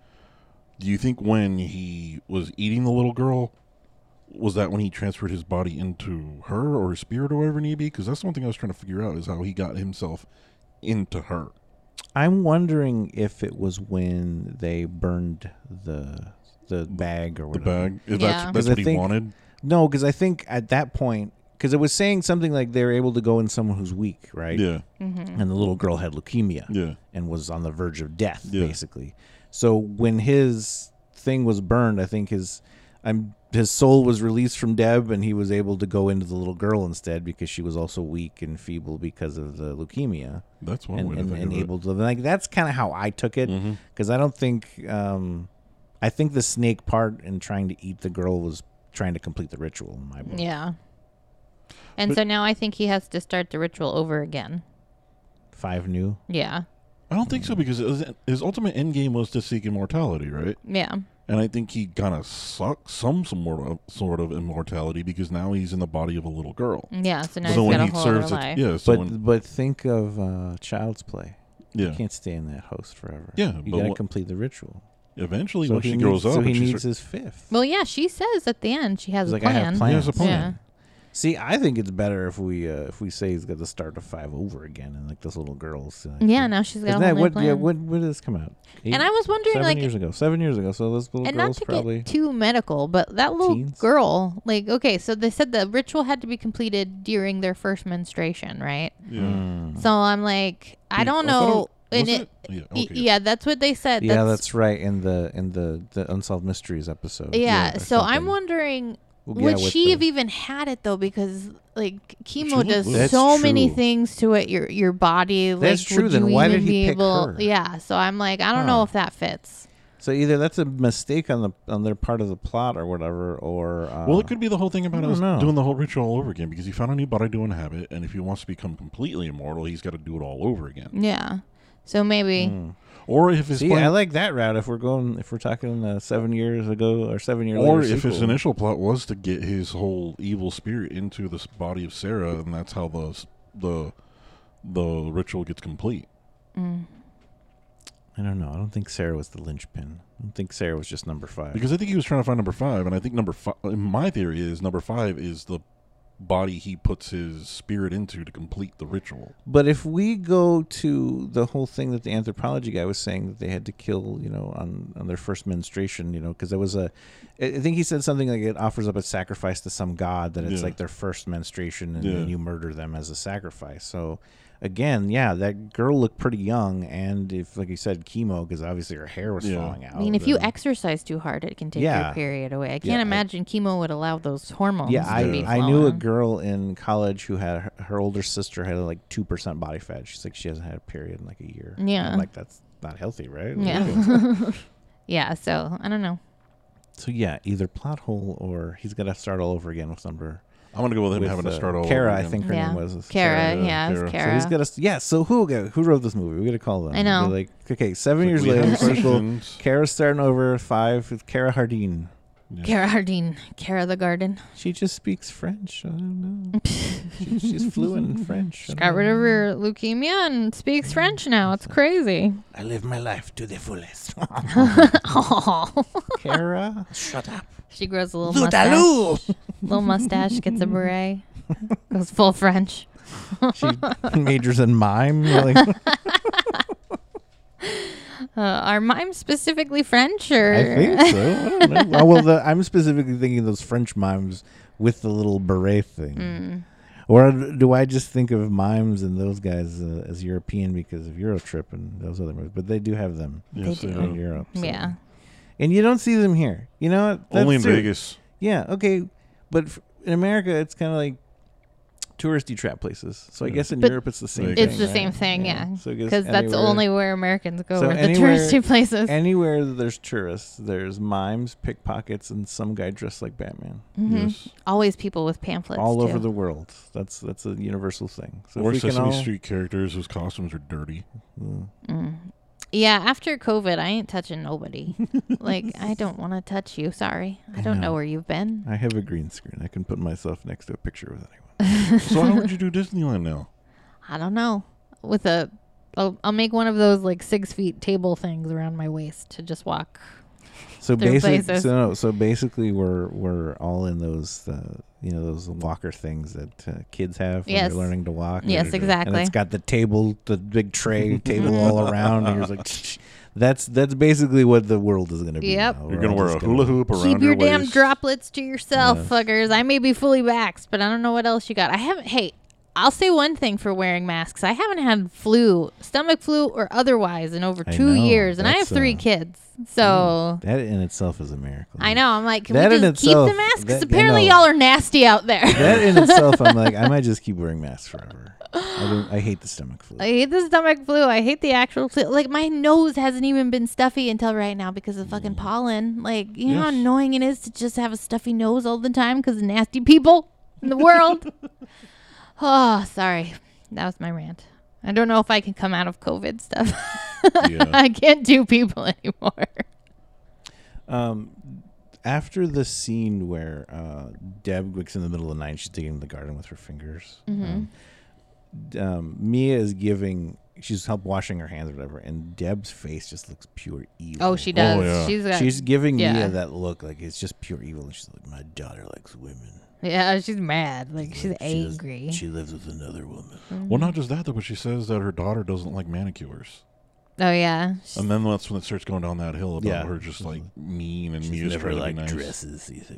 Speaker 2: do you think when he was eating the little girl, was that when he transferred his body into her or his spirit or whatever need be? Because that's one thing I was trying to figure out is how he got himself into her.
Speaker 1: i'm wondering if it was when they burned the the bag or
Speaker 2: The
Speaker 1: whatever
Speaker 2: bag. If
Speaker 3: Yeah.
Speaker 2: That's that's
Speaker 1: I
Speaker 2: what he
Speaker 1: think-
Speaker 2: wanted.
Speaker 1: no because i think at that point because it was saying something like they're able to go in someone who's weak right
Speaker 2: Yeah.
Speaker 1: and the little girl had leukemia
Speaker 2: Yeah.
Speaker 1: and was on the verge of death
Speaker 2: Yeah.
Speaker 1: basically so when his thing was burned i think his i'm his soul was released from deb and he was able to go into the little girl instead because she was also weak and feeble because of the leukemia
Speaker 2: That's one
Speaker 1: and,
Speaker 2: way
Speaker 1: and,
Speaker 2: to think
Speaker 1: and
Speaker 2: of
Speaker 1: able to live like that's kind of how i took it
Speaker 2: Mm-hmm.
Speaker 1: because i don't think um i think the snake part in trying to eat the girl was trying to complete the ritual in my book
Speaker 3: Yeah. And so now I think he has to start the ritual over again.
Speaker 1: five new
Speaker 3: Yeah.
Speaker 2: it. I don't think so because his, his ultimate end game was to seek immortality, right?
Speaker 3: Yeah.
Speaker 2: And I think he kind of sucks some sort of, sort of immortality because now he's in the body of a little girl.
Speaker 3: Yeah. So now
Speaker 2: so
Speaker 3: he's
Speaker 2: when
Speaker 3: got a
Speaker 2: he
Speaker 3: whole
Speaker 2: serves,
Speaker 3: other
Speaker 2: it,
Speaker 3: life.
Speaker 2: yeah, so
Speaker 1: but
Speaker 2: when,
Speaker 1: but think of uh child's play
Speaker 2: yeah,
Speaker 1: can't stay in that host forever.
Speaker 2: Yeah,
Speaker 1: you
Speaker 2: but
Speaker 1: gotta
Speaker 2: what-
Speaker 1: complete the ritual.
Speaker 2: eventually
Speaker 1: So
Speaker 2: when
Speaker 1: he
Speaker 2: she
Speaker 1: needs,
Speaker 2: grows up,
Speaker 1: so
Speaker 2: and
Speaker 1: he
Speaker 2: she
Speaker 1: needs
Speaker 2: start-
Speaker 1: his fifth.
Speaker 3: Well, yeah, she says at the end she has
Speaker 1: He's
Speaker 3: a
Speaker 1: like, I
Speaker 3: plan.
Speaker 1: have
Speaker 2: He
Speaker 1: plans.
Speaker 2: has a plan.
Speaker 3: Yeah.
Speaker 1: See, I think it's better if we uh, if we say he's got to start a five over again, and like this little girl's. Uh,
Speaker 3: Yeah, now she's
Speaker 1: Isn't
Speaker 3: got a whole
Speaker 1: that
Speaker 3: new
Speaker 1: what?
Speaker 3: plan.
Speaker 1: Yeah, when, when did this come out? Eight-
Speaker 3: and I was wondering,
Speaker 1: seven
Speaker 3: like,
Speaker 1: years ago, seven years ago. So this little
Speaker 3: and not
Speaker 1: girl's
Speaker 3: to
Speaker 1: probably
Speaker 3: get too medical, but that little
Speaker 1: Teens?
Speaker 3: girl, like, okay, so they said the ritual had to be completed during their first menstruation, right?
Speaker 2: yeah.
Speaker 1: Mm. Mm-hmm.
Speaker 3: So I'm like, I
Speaker 2: thought
Speaker 3: don't know.
Speaker 2: it-
Speaker 3: and
Speaker 2: was
Speaker 3: it,
Speaker 2: it? Yeah,
Speaker 3: y-
Speaker 2: okay.
Speaker 3: yeah, that's what they said.
Speaker 1: yeah, that's right. In the in the the unsolved mysteries episode.
Speaker 3: yeah.
Speaker 1: or
Speaker 3: so I'm
Speaker 1: something.
Speaker 3: wondering,
Speaker 1: Well, yeah,
Speaker 3: would
Speaker 1: with
Speaker 3: she
Speaker 1: the-
Speaker 3: have even had it though? Because like chemo
Speaker 2: would
Speaker 3: does
Speaker 2: lose. That's
Speaker 3: so many
Speaker 1: true.
Speaker 3: things to it. Your your body. Like,
Speaker 1: That's true,
Speaker 3: Would
Speaker 1: then
Speaker 3: you
Speaker 1: why
Speaker 3: even
Speaker 1: did he
Speaker 3: be
Speaker 1: pick
Speaker 3: able,
Speaker 1: her?
Speaker 3: Yeah. So I'm like, I don't
Speaker 1: Huh.
Speaker 3: know if that fits.
Speaker 1: So either that's a mistake on the on their part of the plot or whatever, or uh,
Speaker 2: Well, it could be the whole thing about
Speaker 1: I don't
Speaker 2: us
Speaker 1: know.
Speaker 2: doing the whole ritual all over again because he found a new body to inhabit, and if he wants to become completely immortal, he's got to do it all over again.
Speaker 3: Yeah. So maybe.
Speaker 1: Hmm.
Speaker 2: Or if his
Speaker 1: See,
Speaker 2: plan,
Speaker 1: I like that route. If we're going, if we're talking uh, seven years ago or seven year
Speaker 2: or
Speaker 1: later
Speaker 2: if his
Speaker 1: sequel.
Speaker 2: initial plot was to get his whole evil spirit into this body of Sarah, and that's how the s- the the ritual gets complete.
Speaker 1: I don't know. I don't think Sarah was the linchpin. I don't think Sarah was just number five.
Speaker 2: Because I think he was trying to find number five, and I think number five. My theory is number five is the body he puts his spirit into to complete the ritual.
Speaker 1: but if we go to the whole thing that the anthropology guy was saying that they had to kill, you know, on, on their first menstruation, you know, because there was a, I I think he said something like it offers up a sacrifice to some god that it's
Speaker 2: Yeah.
Speaker 1: like their first menstruation and
Speaker 2: Yeah.
Speaker 1: then you murder them as a sacrifice. So again, yeah, that girl looked pretty young, and if like you said, chemo, because obviously her hair was
Speaker 2: Yeah.
Speaker 1: falling out.
Speaker 3: I mean, if you
Speaker 1: then-
Speaker 3: exercise too hard, it can take
Speaker 1: Yeah.
Speaker 3: your period away. I can't
Speaker 1: Yeah, I-
Speaker 3: imagine chemo would allow those hormones.
Speaker 1: Yeah,
Speaker 3: to
Speaker 1: I,
Speaker 3: be
Speaker 1: I knew a
Speaker 3: flowing.
Speaker 1: girl in college who had her, her older sister had like two percent body fat. She's like she hasn't had a period in like a year. I'm
Speaker 3: Yeah.
Speaker 1: like that's not healthy, right? Like,
Speaker 3: Yeah. yeah. So I don't know.
Speaker 1: So yeah, either plot hole or he's gonna start all over again with number.
Speaker 2: I'm gonna go with him
Speaker 1: with,
Speaker 2: having
Speaker 1: uh,
Speaker 2: to start all
Speaker 1: Kara,
Speaker 2: over
Speaker 1: I
Speaker 2: again.
Speaker 1: think her
Speaker 3: yeah.
Speaker 1: name was uh, is
Speaker 3: Kara.
Speaker 2: Kara,
Speaker 3: yeah.
Speaker 2: Kara.
Speaker 3: It's
Speaker 2: So
Speaker 1: So he's
Speaker 3: Kara.
Speaker 1: got to yeah. So who who wrote this movie? We gotta call them.
Speaker 3: I know.
Speaker 1: We're like okay, seven years
Speaker 2: We have
Speaker 1: later, sequel,
Speaker 2: questions.
Speaker 1: Kara starting over five with Kara Hardin.
Speaker 3: Kara Hardin. Kara the Garden.
Speaker 1: She just speaks French. I don't know. she, she's fluent in French. I
Speaker 3: Got
Speaker 1: don't
Speaker 3: rid
Speaker 1: know.
Speaker 3: of her leukemia and speaks French now. It's crazy.
Speaker 1: I live my life to the fullest.
Speaker 3: Oh.
Speaker 1: Kara, shut up.
Speaker 3: she grows a little mustache.
Speaker 1: Voodaloo.
Speaker 3: Little mustache gets a beret. Goes full French.
Speaker 1: She majors in mime. Really.
Speaker 3: Uh, are mimes specifically French or?
Speaker 1: I think so. I don't know. oh, well, the, I'm specifically thinking those French mimes with the little beret thing.
Speaker 3: Mm.
Speaker 1: Or do I just think of mimes and those guys uh, as European because of Eurotrip and those other movies? But they do have them
Speaker 2: Yes,
Speaker 3: do.
Speaker 2: they
Speaker 1: in
Speaker 2: do.
Speaker 1: Europe. so-
Speaker 3: Yeah.
Speaker 1: And you don't see them here. You know what? That's
Speaker 2: Only in
Speaker 1: true.
Speaker 2: Vegas.
Speaker 1: Yeah, okay. But f- in America, it's kind of like touristy trap places. So I
Speaker 2: Yeah.
Speaker 1: guess in
Speaker 3: But
Speaker 1: Europe, it's the same
Speaker 2: Like-
Speaker 1: thing.
Speaker 3: It's the
Speaker 1: right?
Speaker 3: same thing, yeah.
Speaker 1: So I guess
Speaker 3: Because that's
Speaker 1: anywhere-
Speaker 3: only where Americans go,
Speaker 1: So
Speaker 3: are the
Speaker 1: anywhere-
Speaker 3: touristy places.
Speaker 1: Anywhere that there's tourists, there's mimes, pickpockets, and some guy dressed like Batman.
Speaker 3: Mhm.
Speaker 2: Yes.
Speaker 3: Always people with pamphlets.
Speaker 1: all
Speaker 3: too.
Speaker 1: over the world. That's that's a universal thing. So
Speaker 2: or
Speaker 1: if we can
Speaker 2: Sesame
Speaker 1: all,
Speaker 2: Street characters whose costumes are dirty.
Speaker 1: Mm.
Speaker 3: Mm. Yeah, after COVID, I ain't touching nobody. like, I don't want to touch you. Sorry. I
Speaker 1: I
Speaker 3: don't know.
Speaker 1: know.
Speaker 3: where you've been.
Speaker 1: I have a green screen. I can put myself next to a picture with anyone.
Speaker 2: so how would you do Disneyland now?
Speaker 3: I don't know. With a, I'll, I'll make one of those like six feet table things around my waist to just walk.
Speaker 1: So
Speaker 3: They're
Speaker 1: basically,
Speaker 3: places.
Speaker 1: so, no, so basically, we're we're all in those uh, you know those walker things that uh, kids have when
Speaker 3: Yes.
Speaker 1: you're learning to walk.
Speaker 3: yes,
Speaker 2: do. And
Speaker 1: And
Speaker 3: exactly.
Speaker 1: it's got the table, the big tray table all around. And you're like, that's that's basically what the world is going to be.
Speaker 3: Yep.
Speaker 1: now.
Speaker 2: You're
Speaker 1: We're
Speaker 2: gonna
Speaker 1: all
Speaker 2: wear
Speaker 1: just
Speaker 2: a hula hoop around
Speaker 3: Keep your damn
Speaker 2: waist.
Speaker 3: droplets to yourself,
Speaker 1: Yes.
Speaker 3: fuckers. I may be fully vaxxed, but I don't know what else you got. I haven't, hey, I'll say one thing for wearing masks. I haven't had flu, stomach flu, or otherwise in over
Speaker 1: I
Speaker 3: two
Speaker 1: know.
Speaker 3: years, and I have
Speaker 1: That's,
Speaker 3: three
Speaker 1: uh,
Speaker 3: kids. So
Speaker 1: That in itself is a miracle.
Speaker 3: I know. I'm like, can
Speaker 1: That
Speaker 3: we
Speaker 1: in
Speaker 3: just keep
Speaker 1: itself-
Speaker 3: the masks? 'Cause
Speaker 1: that- I
Speaker 3: apparently,
Speaker 1: know.
Speaker 3: y'all are nasty out there.
Speaker 1: That in itself, I'm like, I might just keep wearing masks forever. I, don't, I hate the stomach flu.
Speaker 3: I hate the stomach flu. I hate the actual flu. Like my nose hasn't even been stuffy until right now because of fucking pollen. Like you know how
Speaker 2: Yes.
Speaker 3: annoying it is to just have a stuffy nose all the time because nasty people in the world. oh, sorry, that was my rant. I don't know if I can come out of COVID stuff.
Speaker 2: Yeah.
Speaker 3: I can't do people anymore.
Speaker 1: Um, after the scene where uh, Deb wakes in the middle of the night, she's digging in the garden with her fingers.
Speaker 3: Mm-hmm.
Speaker 1: Um, d- um, Mia is giving. She's help washing her hands or whatever, and Deb's face just looks pure evil.
Speaker 3: Oh, she does.
Speaker 2: yeah.
Speaker 3: She's got,
Speaker 1: She's giving
Speaker 3: yeah.
Speaker 1: Mia that look, like it's just pure evil, and she's like, "My daughter likes women.
Speaker 3: yeah, she's mad. Like she's
Speaker 1: Like, she does-
Speaker 3: angry.
Speaker 1: she lives with another woman."
Speaker 2: well, not just that though, but she says that her daughter doesn't like manicures,
Speaker 3: oh yeah, She's-
Speaker 2: and then that's when it starts going down that hill about
Speaker 1: Yeah. Mm-hmm.
Speaker 2: her just like mean and
Speaker 1: She's
Speaker 2: Mia's
Speaker 1: never
Speaker 2: trying to be
Speaker 1: like
Speaker 2: nice.
Speaker 1: dresses either.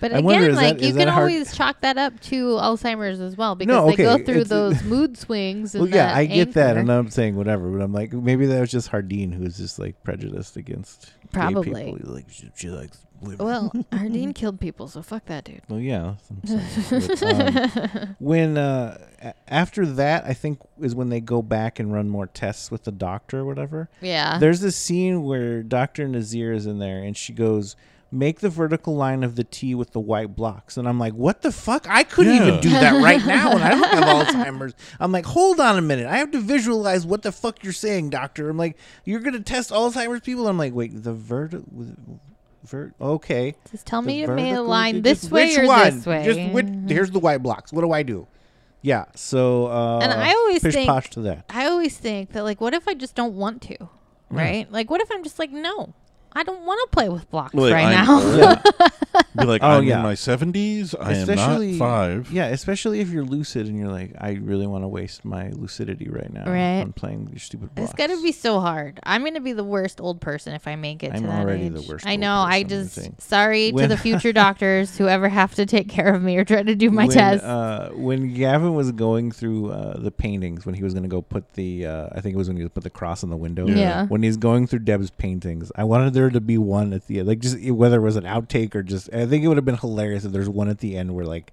Speaker 3: But
Speaker 1: I
Speaker 3: again,
Speaker 1: wonder, is
Speaker 3: like
Speaker 1: that-
Speaker 3: you
Speaker 1: is
Speaker 3: can
Speaker 1: that hard-
Speaker 3: always chalk that up to Alzheimer's as well because
Speaker 1: No,
Speaker 3: they go
Speaker 1: okay,
Speaker 3: through
Speaker 1: it's-
Speaker 3: those mood swings. And
Speaker 1: Well, yeah,
Speaker 3: that
Speaker 1: I get that,
Speaker 3: anger.
Speaker 1: and I'm saying whatever, but I'm like, maybe that was just Hardine who was just like prejudiced against
Speaker 3: Probably.
Speaker 1: gay people. He's Like she, she likes women.
Speaker 3: well, Ardeen killed people, so fuck that dude.
Speaker 1: Well, yeah. that's what I'm saying. But, um, when uh, a- after that, I think is when they go back and run more tests with the doctor or whatever.
Speaker 3: Yeah.
Speaker 1: There's this scene where Doctor Nazir is in there, and she goes. Make the vertical line of the T with the white blocks, and I'm like, "What the fuck? I couldn't
Speaker 2: Yeah.
Speaker 1: even do that right now, and I don't have Alzheimer's." I'm like, "Hold on a minute, I have to visualize what the fuck you're saying, Doctor." I'm like, "You're gonna test Alzheimer's people?" I'm like, "Wait, the vert, vert, okay."
Speaker 3: Just tell me
Speaker 1: The
Speaker 3: you made a
Speaker 1: vertical-
Speaker 3: line
Speaker 1: just
Speaker 3: this way
Speaker 1: which
Speaker 3: or
Speaker 1: one?
Speaker 3: this way.
Speaker 1: Just which, here's the white blocks. What do I do? Yeah. So uh,
Speaker 3: And I always
Speaker 1: pish
Speaker 3: think-
Speaker 1: posh to that.
Speaker 3: I always think that like, what if I just don't want to, right? Like, what if I'm just like, no, I don't want to play with blocks
Speaker 2: Like,
Speaker 3: right
Speaker 2: I'm
Speaker 3: now.
Speaker 2: old. Be like,
Speaker 1: Oh,
Speaker 2: I'm
Speaker 1: yeah.
Speaker 2: in my seventies. I am not
Speaker 1: Especially
Speaker 2: five.
Speaker 1: Yeah, especially if you're lucid and you're like, I really want to waste my lucidity right now.
Speaker 3: Right.
Speaker 1: I'm playing your stupid blocks.
Speaker 3: It's gotta be so hard. I'm gonna be the worst old person if I make it.
Speaker 1: I'm
Speaker 3: to that
Speaker 1: already
Speaker 3: age.
Speaker 1: the worst
Speaker 3: I
Speaker 1: old
Speaker 3: know. I
Speaker 1: person, I
Speaker 3: just
Speaker 1: think.
Speaker 3: sorry
Speaker 1: When-
Speaker 3: to the future doctors who ever have to take care of me or try to do my
Speaker 1: when,
Speaker 3: test.
Speaker 1: Uh, when Gavin was going through uh, the paintings, when he was going to go put the, uh, I think it was when he was put the cross on the window.
Speaker 2: Yeah.
Speaker 3: Yeah.
Speaker 1: When he's going through Deb's paintings, I wanted there to be one at the end, like just whether it was an outtake or just. I think it would have been hilarious if there's one at the end where like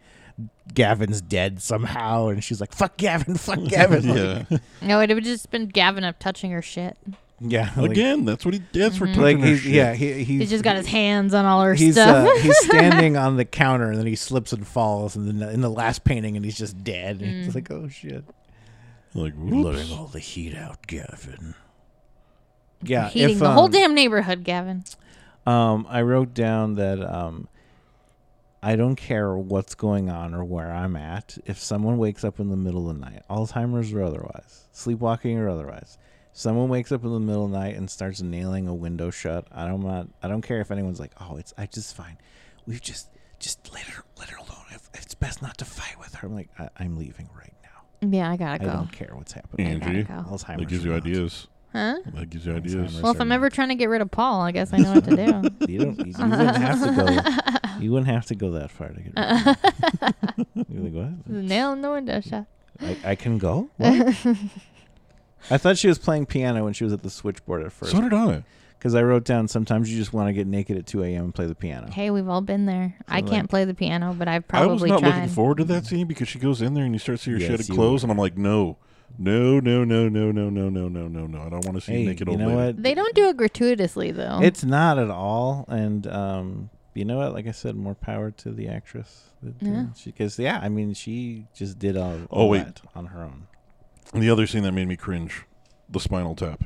Speaker 1: Gavin's dead somehow, and she's like, "Fuck Gavin, fuck Gavin."
Speaker 2: yeah.
Speaker 1: Like,
Speaker 3: no, it would have just been Gavin up touching her shit.
Speaker 1: yeah. Like,
Speaker 2: Again, that's what he. That's for
Speaker 1: like
Speaker 2: touching her
Speaker 1: he's
Speaker 2: shit.
Speaker 1: yeah he, he's,
Speaker 3: He's just got his hands on all her
Speaker 1: He's
Speaker 3: stuff.
Speaker 1: uh, he's standing on the counter and then he slips and falls and then in the last painting and he's just dead and
Speaker 3: Mm.
Speaker 1: it's like oh shit
Speaker 2: Like, whoops.
Speaker 1: letting all the heat out Gavin yeah
Speaker 3: Heating
Speaker 1: if,
Speaker 3: the whole
Speaker 1: um,
Speaker 3: damn neighborhood, Gavin.
Speaker 1: Um, I wrote down that um, I don't care what's going on or where I'm at. If someone wakes up in the middle of the night, Alzheimer's or otherwise, sleepwalking or otherwise, someone wakes up in the middle of the night and starts nailing a window shut. I don't not, I don't care if anyone's like, oh, it's I just fine. We've just just let her let her alone. If, it's best not to fight with her. I'm like I, I'm leaving right now.
Speaker 3: Yeah, I gotta
Speaker 1: I
Speaker 3: go.
Speaker 1: don't care what's happening.
Speaker 2: Angie,
Speaker 3: gotta go.
Speaker 1: Alzheimer's.
Speaker 2: that gives you
Speaker 1: or not.
Speaker 2: ideas.
Speaker 3: Huh?
Speaker 2: That gives you ideas.
Speaker 1: Alzheimer's.
Speaker 3: Well, if I'm ever trying to get rid of Paul, I guess I know what to do.
Speaker 1: You don't. You, you wouldn't have to go. You wouldn't have to go that far to get. Rid of me. You're like what?
Speaker 3: Nail in the window shot.
Speaker 1: I, I can go. What? I thought she was playing piano when she was at the switchboard at first.
Speaker 2: So did I.
Speaker 1: Because I wrote down sometimes you just want to get naked at 2 a.m. and play the piano.
Speaker 3: Hey, we've all been there. I
Speaker 1: So,
Speaker 3: can't
Speaker 1: like-
Speaker 3: play the piano, but I've
Speaker 2: I was
Speaker 3: probably
Speaker 2: not
Speaker 3: tried.
Speaker 2: looking forward to that scene because she goes in there and you start seeing her
Speaker 1: Yes,
Speaker 2: shedded
Speaker 1: you
Speaker 2: clothes, and I'm like, no, no, no, no, no, no, no, no, no, no, no. I don't want to see
Speaker 1: Hey,
Speaker 2: naked
Speaker 1: you
Speaker 2: old
Speaker 1: know
Speaker 2: lady.
Speaker 1: what?
Speaker 3: they don't do it gratuitously though.
Speaker 1: It's not at all. And um, you know what? Like I said, more power to the actress.
Speaker 3: Yeah.
Speaker 1: Because, yeah, I mean, she just did all,
Speaker 2: Oh,
Speaker 1: all
Speaker 2: wait.
Speaker 1: that on her own.
Speaker 2: And the other scene that made me cringe, the Spinal Tap.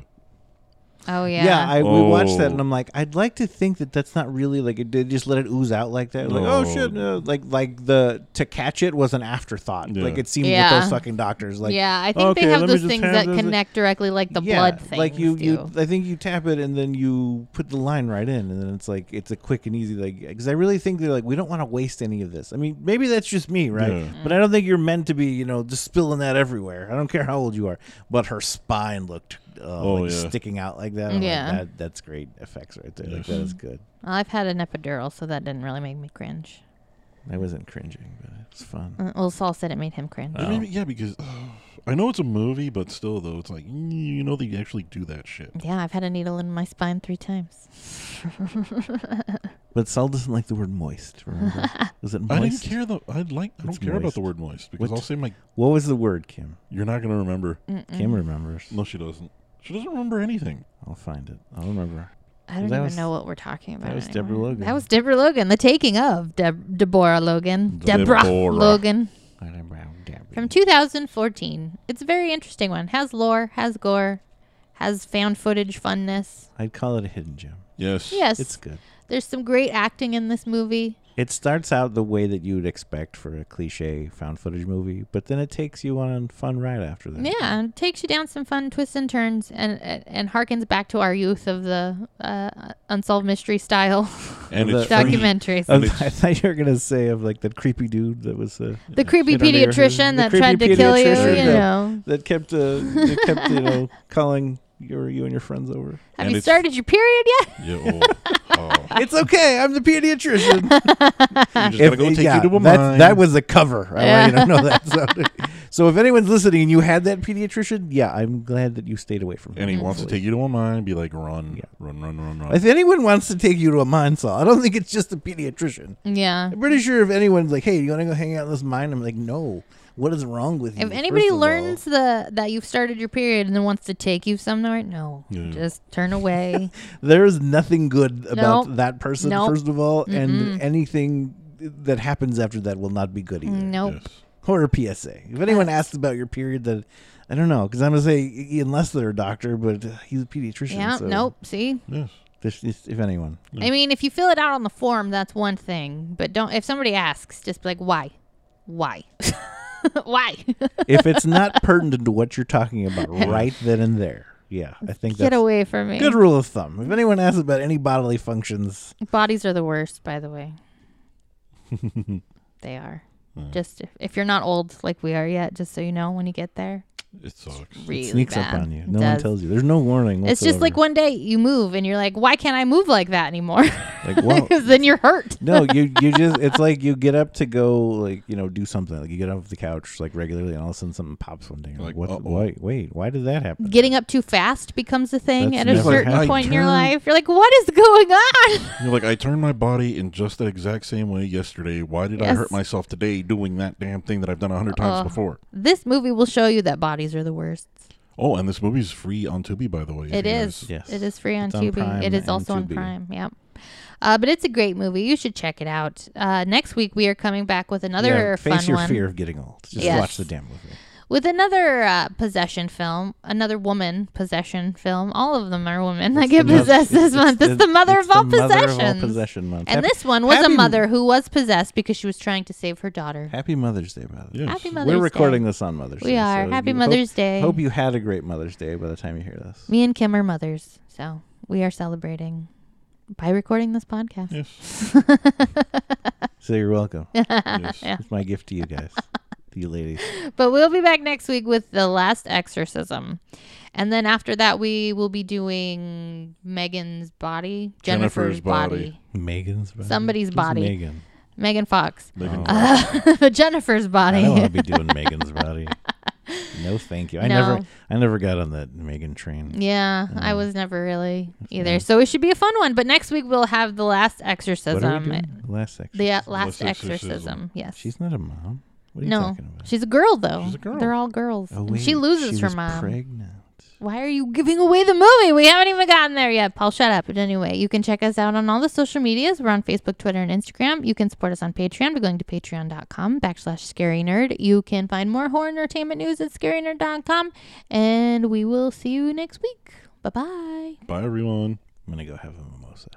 Speaker 3: oh yeah.
Speaker 1: Yeah, I, we watched that
Speaker 2: Oh.
Speaker 1: and I'm like, I'd like to think that that's not really like it did just let it ooze out like that. Like, oh
Speaker 2: No.
Speaker 1: shit, no. like like the to catch it was an afterthought.
Speaker 2: Yeah.
Speaker 1: Like it seemed
Speaker 3: Yeah.
Speaker 1: with those fucking doctors. Like
Speaker 3: yeah, I think
Speaker 2: okay,
Speaker 3: they have
Speaker 2: let me
Speaker 3: those
Speaker 2: just
Speaker 3: things
Speaker 2: have
Speaker 3: that
Speaker 2: those-
Speaker 3: connect directly, like the
Speaker 1: Yeah,
Speaker 3: blood thing.
Speaker 1: Like you,
Speaker 3: do.
Speaker 1: you, I think you tap it and then you put the line right in, and then it's like it's a quick and easy like. Because I really think they're like we don't want to waste any of this. I mean, maybe that's just me, right?
Speaker 2: Yeah.
Speaker 3: Mm.
Speaker 1: But I don't think you're meant to be, you know, just spilling that everywhere. I don't care how old you are. But her spine looked uh,
Speaker 2: Oh,
Speaker 1: like
Speaker 2: yeah.
Speaker 1: sticking out like that. I'm like,
Speaker 3: Yeah.
Speaker 1: that, that's great effects right there. Like
Speaker 2: Yes.
Speaker 1: that is good.
Speaker 3: Well, I've had an epidural, so that didn't really make me cringe.
Speaker 1: I wasn't cringing, but it was fun.
Speaker 3: Uh, well, Saul said it made him cringe.
Speaker 1: Oh.
Speaker 2: It made me- yeah, because I know it's a movie, but still, though, it's like, mm, you know, they actually do that shit.
Speaker 3: Yeah, I've had a needle in my spine three times.
Speaker 1: But Saul doesn't like the word moist. Remember? was it moist?
Speaker 2: I didn't care, though. I like, I
Speaker 1: It's
Speaker 2: don't care about the
Speaker 1: moist.
Speaker 2: word moist because
Speaker 1: What-
Speaker 2: I'll say, like,
Speaker 1: What was the word, Kim?
Speaker 2: you're not going to remember.
Speaker 3: Mm.
Speaker 1: Kim remembers.
Speaker 2: No, she doesn't. She doesn't remember anything.
Speaker 1: I'll find it. I'll remember.
Speaker 3: I don't
Speaker 1: That
Speaker 3: even
Speaker 1: was-
Speaker 3: know what we're talking about.
Speaker 1: was
Speaker 3: anymore.
Speaker 1: Deborah Logan.
Speaker 3: That was Deborah Logan. The taking of Deb- Deborah Logan. Deborah,
Speaker 2: Deborah.
Speaker 3: Logan
Speaker 1: I remember.
Speaker 3: from 2014. It's a very interesting one. Has lore, has gore, has found footage funness.
Speaker 1: I'd call it a hidden gem.
Speaker 2: Yes.
Speaker 3: Yes,
Speaker 1: It's good.
Speaker 3: there's some great acting in this movie.
Speaker 1: It starts out the way that you would expect for a cliche found footage movie, but then it takes you on a fun ride after that.
Speaker 3: Yeah, and takes you down some fun twists and turns, and and, and harkens back to our youth of the uh, unsolved mystery style
Speaker 2: And
Speaker 1: The-
Speaker 2: it's free.
Speaker 3: documentaries.
Speaker 1: I,
Speaker 2: And
Speaker 1: I thought you were gonna say of like that creepy dude that was uh, the
Speaker 3: the creepy
Speaker 1: Shit on your-
Speaker 3: pediatrician
Speaker 1: the
Speaker 3: that
Speaker 1: creepy
Speaker 3: tried to kill you.
Speaker 1: pediatrician
Speaker 3: You
Speaker 1: that-
Speaker 3: know,
Speaker 1: that kept uh that kept you know calling your you and your friends over.
Speaker 3: have
Speaker 2: And
Speaker 3: you
Speaker 2: it's-
Speaker 3: started your period yet?
Speaker 2: Yeah, oh, oh.
Speaker 1: It's okay. I'm the pediatrician.
Speaker 2: You just got to go take you to a
Speaker 1: that's-
Speaker 2: mine.
Speaker 1: that was the cover. I
Speaker 3: Yeah.
Speaker 1: want you to know that. So, so if anyone's listening and you had that pediatrician, yeah, I'm glad that you stayed away from him.
Speaker 2: and he wants to
Speaker 1: hopefully.
Speaker 2: take you to a mine, be like, run,
Speaker 1: Yeah.
Speaker 2: run, run, run, run.
Speaker 1: If anyone wants to take you to a mine saw, I don't think it's just a pediatrician.
Speaker 3: Yeah.
Speaker 1: I'm pretty sure if anyone's like, "Hey, you want to go hang out in this mine?" I'm like, "No. What is wrong with you?"
Speaker 3: If anybody
Speaker 1: First of
Speaker 3: learns the that you've started your period and then wants to take you somewhere, no,
Speaker 2: Yeah.
Speaker 3: just turn away.
Speaker 1: all, there is nothing good about
Speaker 3: Nope.
Speaker 1: that person.
Speaker 3: Nope.
Speaker 1: First of all, and anything that happens after that will not be good either.
Speaker 3: Mm, nope.
Speaker 2: Yes.
Speaker 1: Horror PSA. If anyone asks about your period, that I don't know, because I'm gonna say y- unless they're a doctor, but uh, he's a pediatrician.
Speaker 3: Yeah,
Speaker 1: so
Speaker 3: nope. See,
Speaker 2: Yes.
Speaker 1: This, this, if anyone,
Speaker 3: I mean, if you fill it out on the form, that's one thing. But don't if somebody asks, just be like, why, why, why?
Speaker 1: if it's not pertinent to what you're talking about right then and there, yeah, I think
Speaker 3: Get
Speaker 1: that's
Speaker 3: away from me.
Speaker 1: Good rule of thumb. If anyone asks about any bodily functions,
Speaker 3: Bodies are the worst, by the way. they are. Just if, if you're not old like we are yet, just so you know, when you get there,
Speaker 2: It sucks.
Speaker 3: really
Speaker 1: sneaks
Speaker 3: bad.
Speaker 1: up on you.
Speaker 3: It
Speaker 1: No one
Speaker 3: does.
Speaker 1: tells you. There's no warning.
Speaker 3: It's just like one day you move and you're like, why can't I move like that anymore?
Speaker 1: whatsoever. like well,
Speaker 3: Because then you're hurt.
Speaker 1: no, you you just it's like you get up to go like you know do something like you get off the couch like regularly and all of a sudden something pops one day. You're like
Speaker 2: Like,
Speaker 1: what?
Speaker 2: uh-oh.
Speaker 1: Wait, wait, why did that happen?
Speaker 3: Getting up too fast becomes a thing
Speaker 1: That's
Speaker 3: at a
Speaker 1: never
Speaker 3: certain
Speaker 2: happened.
Speaker 3: point in your
Speaker 2: I turned-
Speaker 3: life. You're like, what is going on?
Speaker 2: You're like, I turned my body in just that exact same way yesterday. Why did I
Speaker 3: Yes.
Speaker 2: hurt myself today doing that damn thing that I've done a hundred times
Speaker 3: Ugh.
Speaker 2: before?
Speaker 3: This movie will show you that bodies are the worst.
Speaker 2: Oh, and this movie's free on Tubi, by the way. if
Speaker 3: It
Speaker 2: you
Speaker 3: is.
Speaker 2: guys-
Speaker 1: Yes.
Speaker 3: It is free on
Speaker 1: It's on
Speaker 3: Tubi.
Speaker 1: Prime
Speaker 3: it is
Speaker 1: and
Speaker 3: also on
Speaker 1: Tubi.
Speaker 3: Prime. Yep. Uh, but it's a great movie. You should check it out. Uh, next week we are coming back with another
Speaker 1: Yeah,
Speaker 3: fun
Speaker 1: face your
Speaker 3: one,
Speaker 1: fear of getting old. Just
Speaker 3: Yes.
Speaker 1: watch the damn movie.
Speaker 3: with another uh, possession film, another woman possession film. All of them are women that get
Speaker 1: It's-
Speaker 3: possessed this
Speaker 1: it's
Speaker 3: month. It's, the mother
Speaker 1: it's
Speaker 3: of all
Speaker 1: the mother of all
Speaker 3: possessions.
Speaker 1: possession month.
Speaker 3: And
Speaker 1: Happy-
Speaker 3: this one was a
Speaker 1: happy-
Speaker 3: mother who was possessed because she was trying to save her daughter.
Speaker 1: Happy Mother's Day, by the way.
Speaker 2: Yes.
Speaker 3: Happy Mother's
Speaker 1: We're recording
Speaker 3: Day.
Speaker 1: this on Mother's Day.
Speaker 3: We are.
Speaker 1: so
Speaker 3: Happy
Speaker 1: you hope-
Speaker 3: Mother's Day.
Speaker 1: Hope you had a great Mother's Day by the time you hear this.
Speaker 3: Me and Kim are mothers, so we are celebrating by recording this podcast.
Speaker 2: Yes.
Speaker 1: So you're welcome.
Speaker 2: yes.
Speaker 1: It's my gift to you guys. You ladies.
Speaker 3: But we'll be back next week with the last exorcism. And then after that, we will be doing Megan's body,
Speaker 2: Jennifer's
Speaker 3: Jennifer's, body.
Speaker 2: body.
Speaker 1: Megan's body.
Speaker 3: Somebody's
Speaker 1: Who's
Speaker 3: body.
Speaker 1: Megan.
Speaker 3: Megan Fox.
Speaker 2: Megan
Speaker 1: Oh.
Speaker 2: Fox.
Speaker 3: Uh, Jennifer's
Speaker 1: I don't
Speaker 3: body.
Speaker 1: want to be doing Megan's body. No, thank you. I
Speaker 3: No.
Speaker 1: never, I never got on that Megan train.
Speaker 3: Yeah, I was never really either. So it should be a fun one. But next week we'll have the last
Speaker 1: What are we
Speaker 3: exorcism.
Speaker 1: doing? Last section.
Speaker 3: The uh, last
Speaker 2: Last
Speaker 3: exorcism.
Speaker 2: exorcism.
Speaker 3: Yes.
Speaker 1: She's not a mom. What are you
Speaker 3: no,
Speaker 1: talking about?
Speaker 3: she's a girl though.
Speaker 2: She's a girl.
Speaker 3: They're all girls.
Speaker 1: Oh,
Speaker 3: And she
Speaker 1: wait,
Speaker 3: loses
Speaker 1: she
Speaker 3: her
Speaker 1: was
Speaker 3: mom.
Speaker 1: Pregnant.
Speaker 3: Why are you giving away the movie? We haven't even gotten there yet. Paul, shut up. But anyway, you can check us out on all the social medias. We're on Facebook, Twitter, and Instagram. You can support us on Patreon by going to patreon.com backslash scary nerd. You can find more horror entertainment news at scarynerd.com. And we will see you next week. Bye bye.
Speaker 2: Bye, everyone.
Speaker 1: I'm gonna go have a mimosa.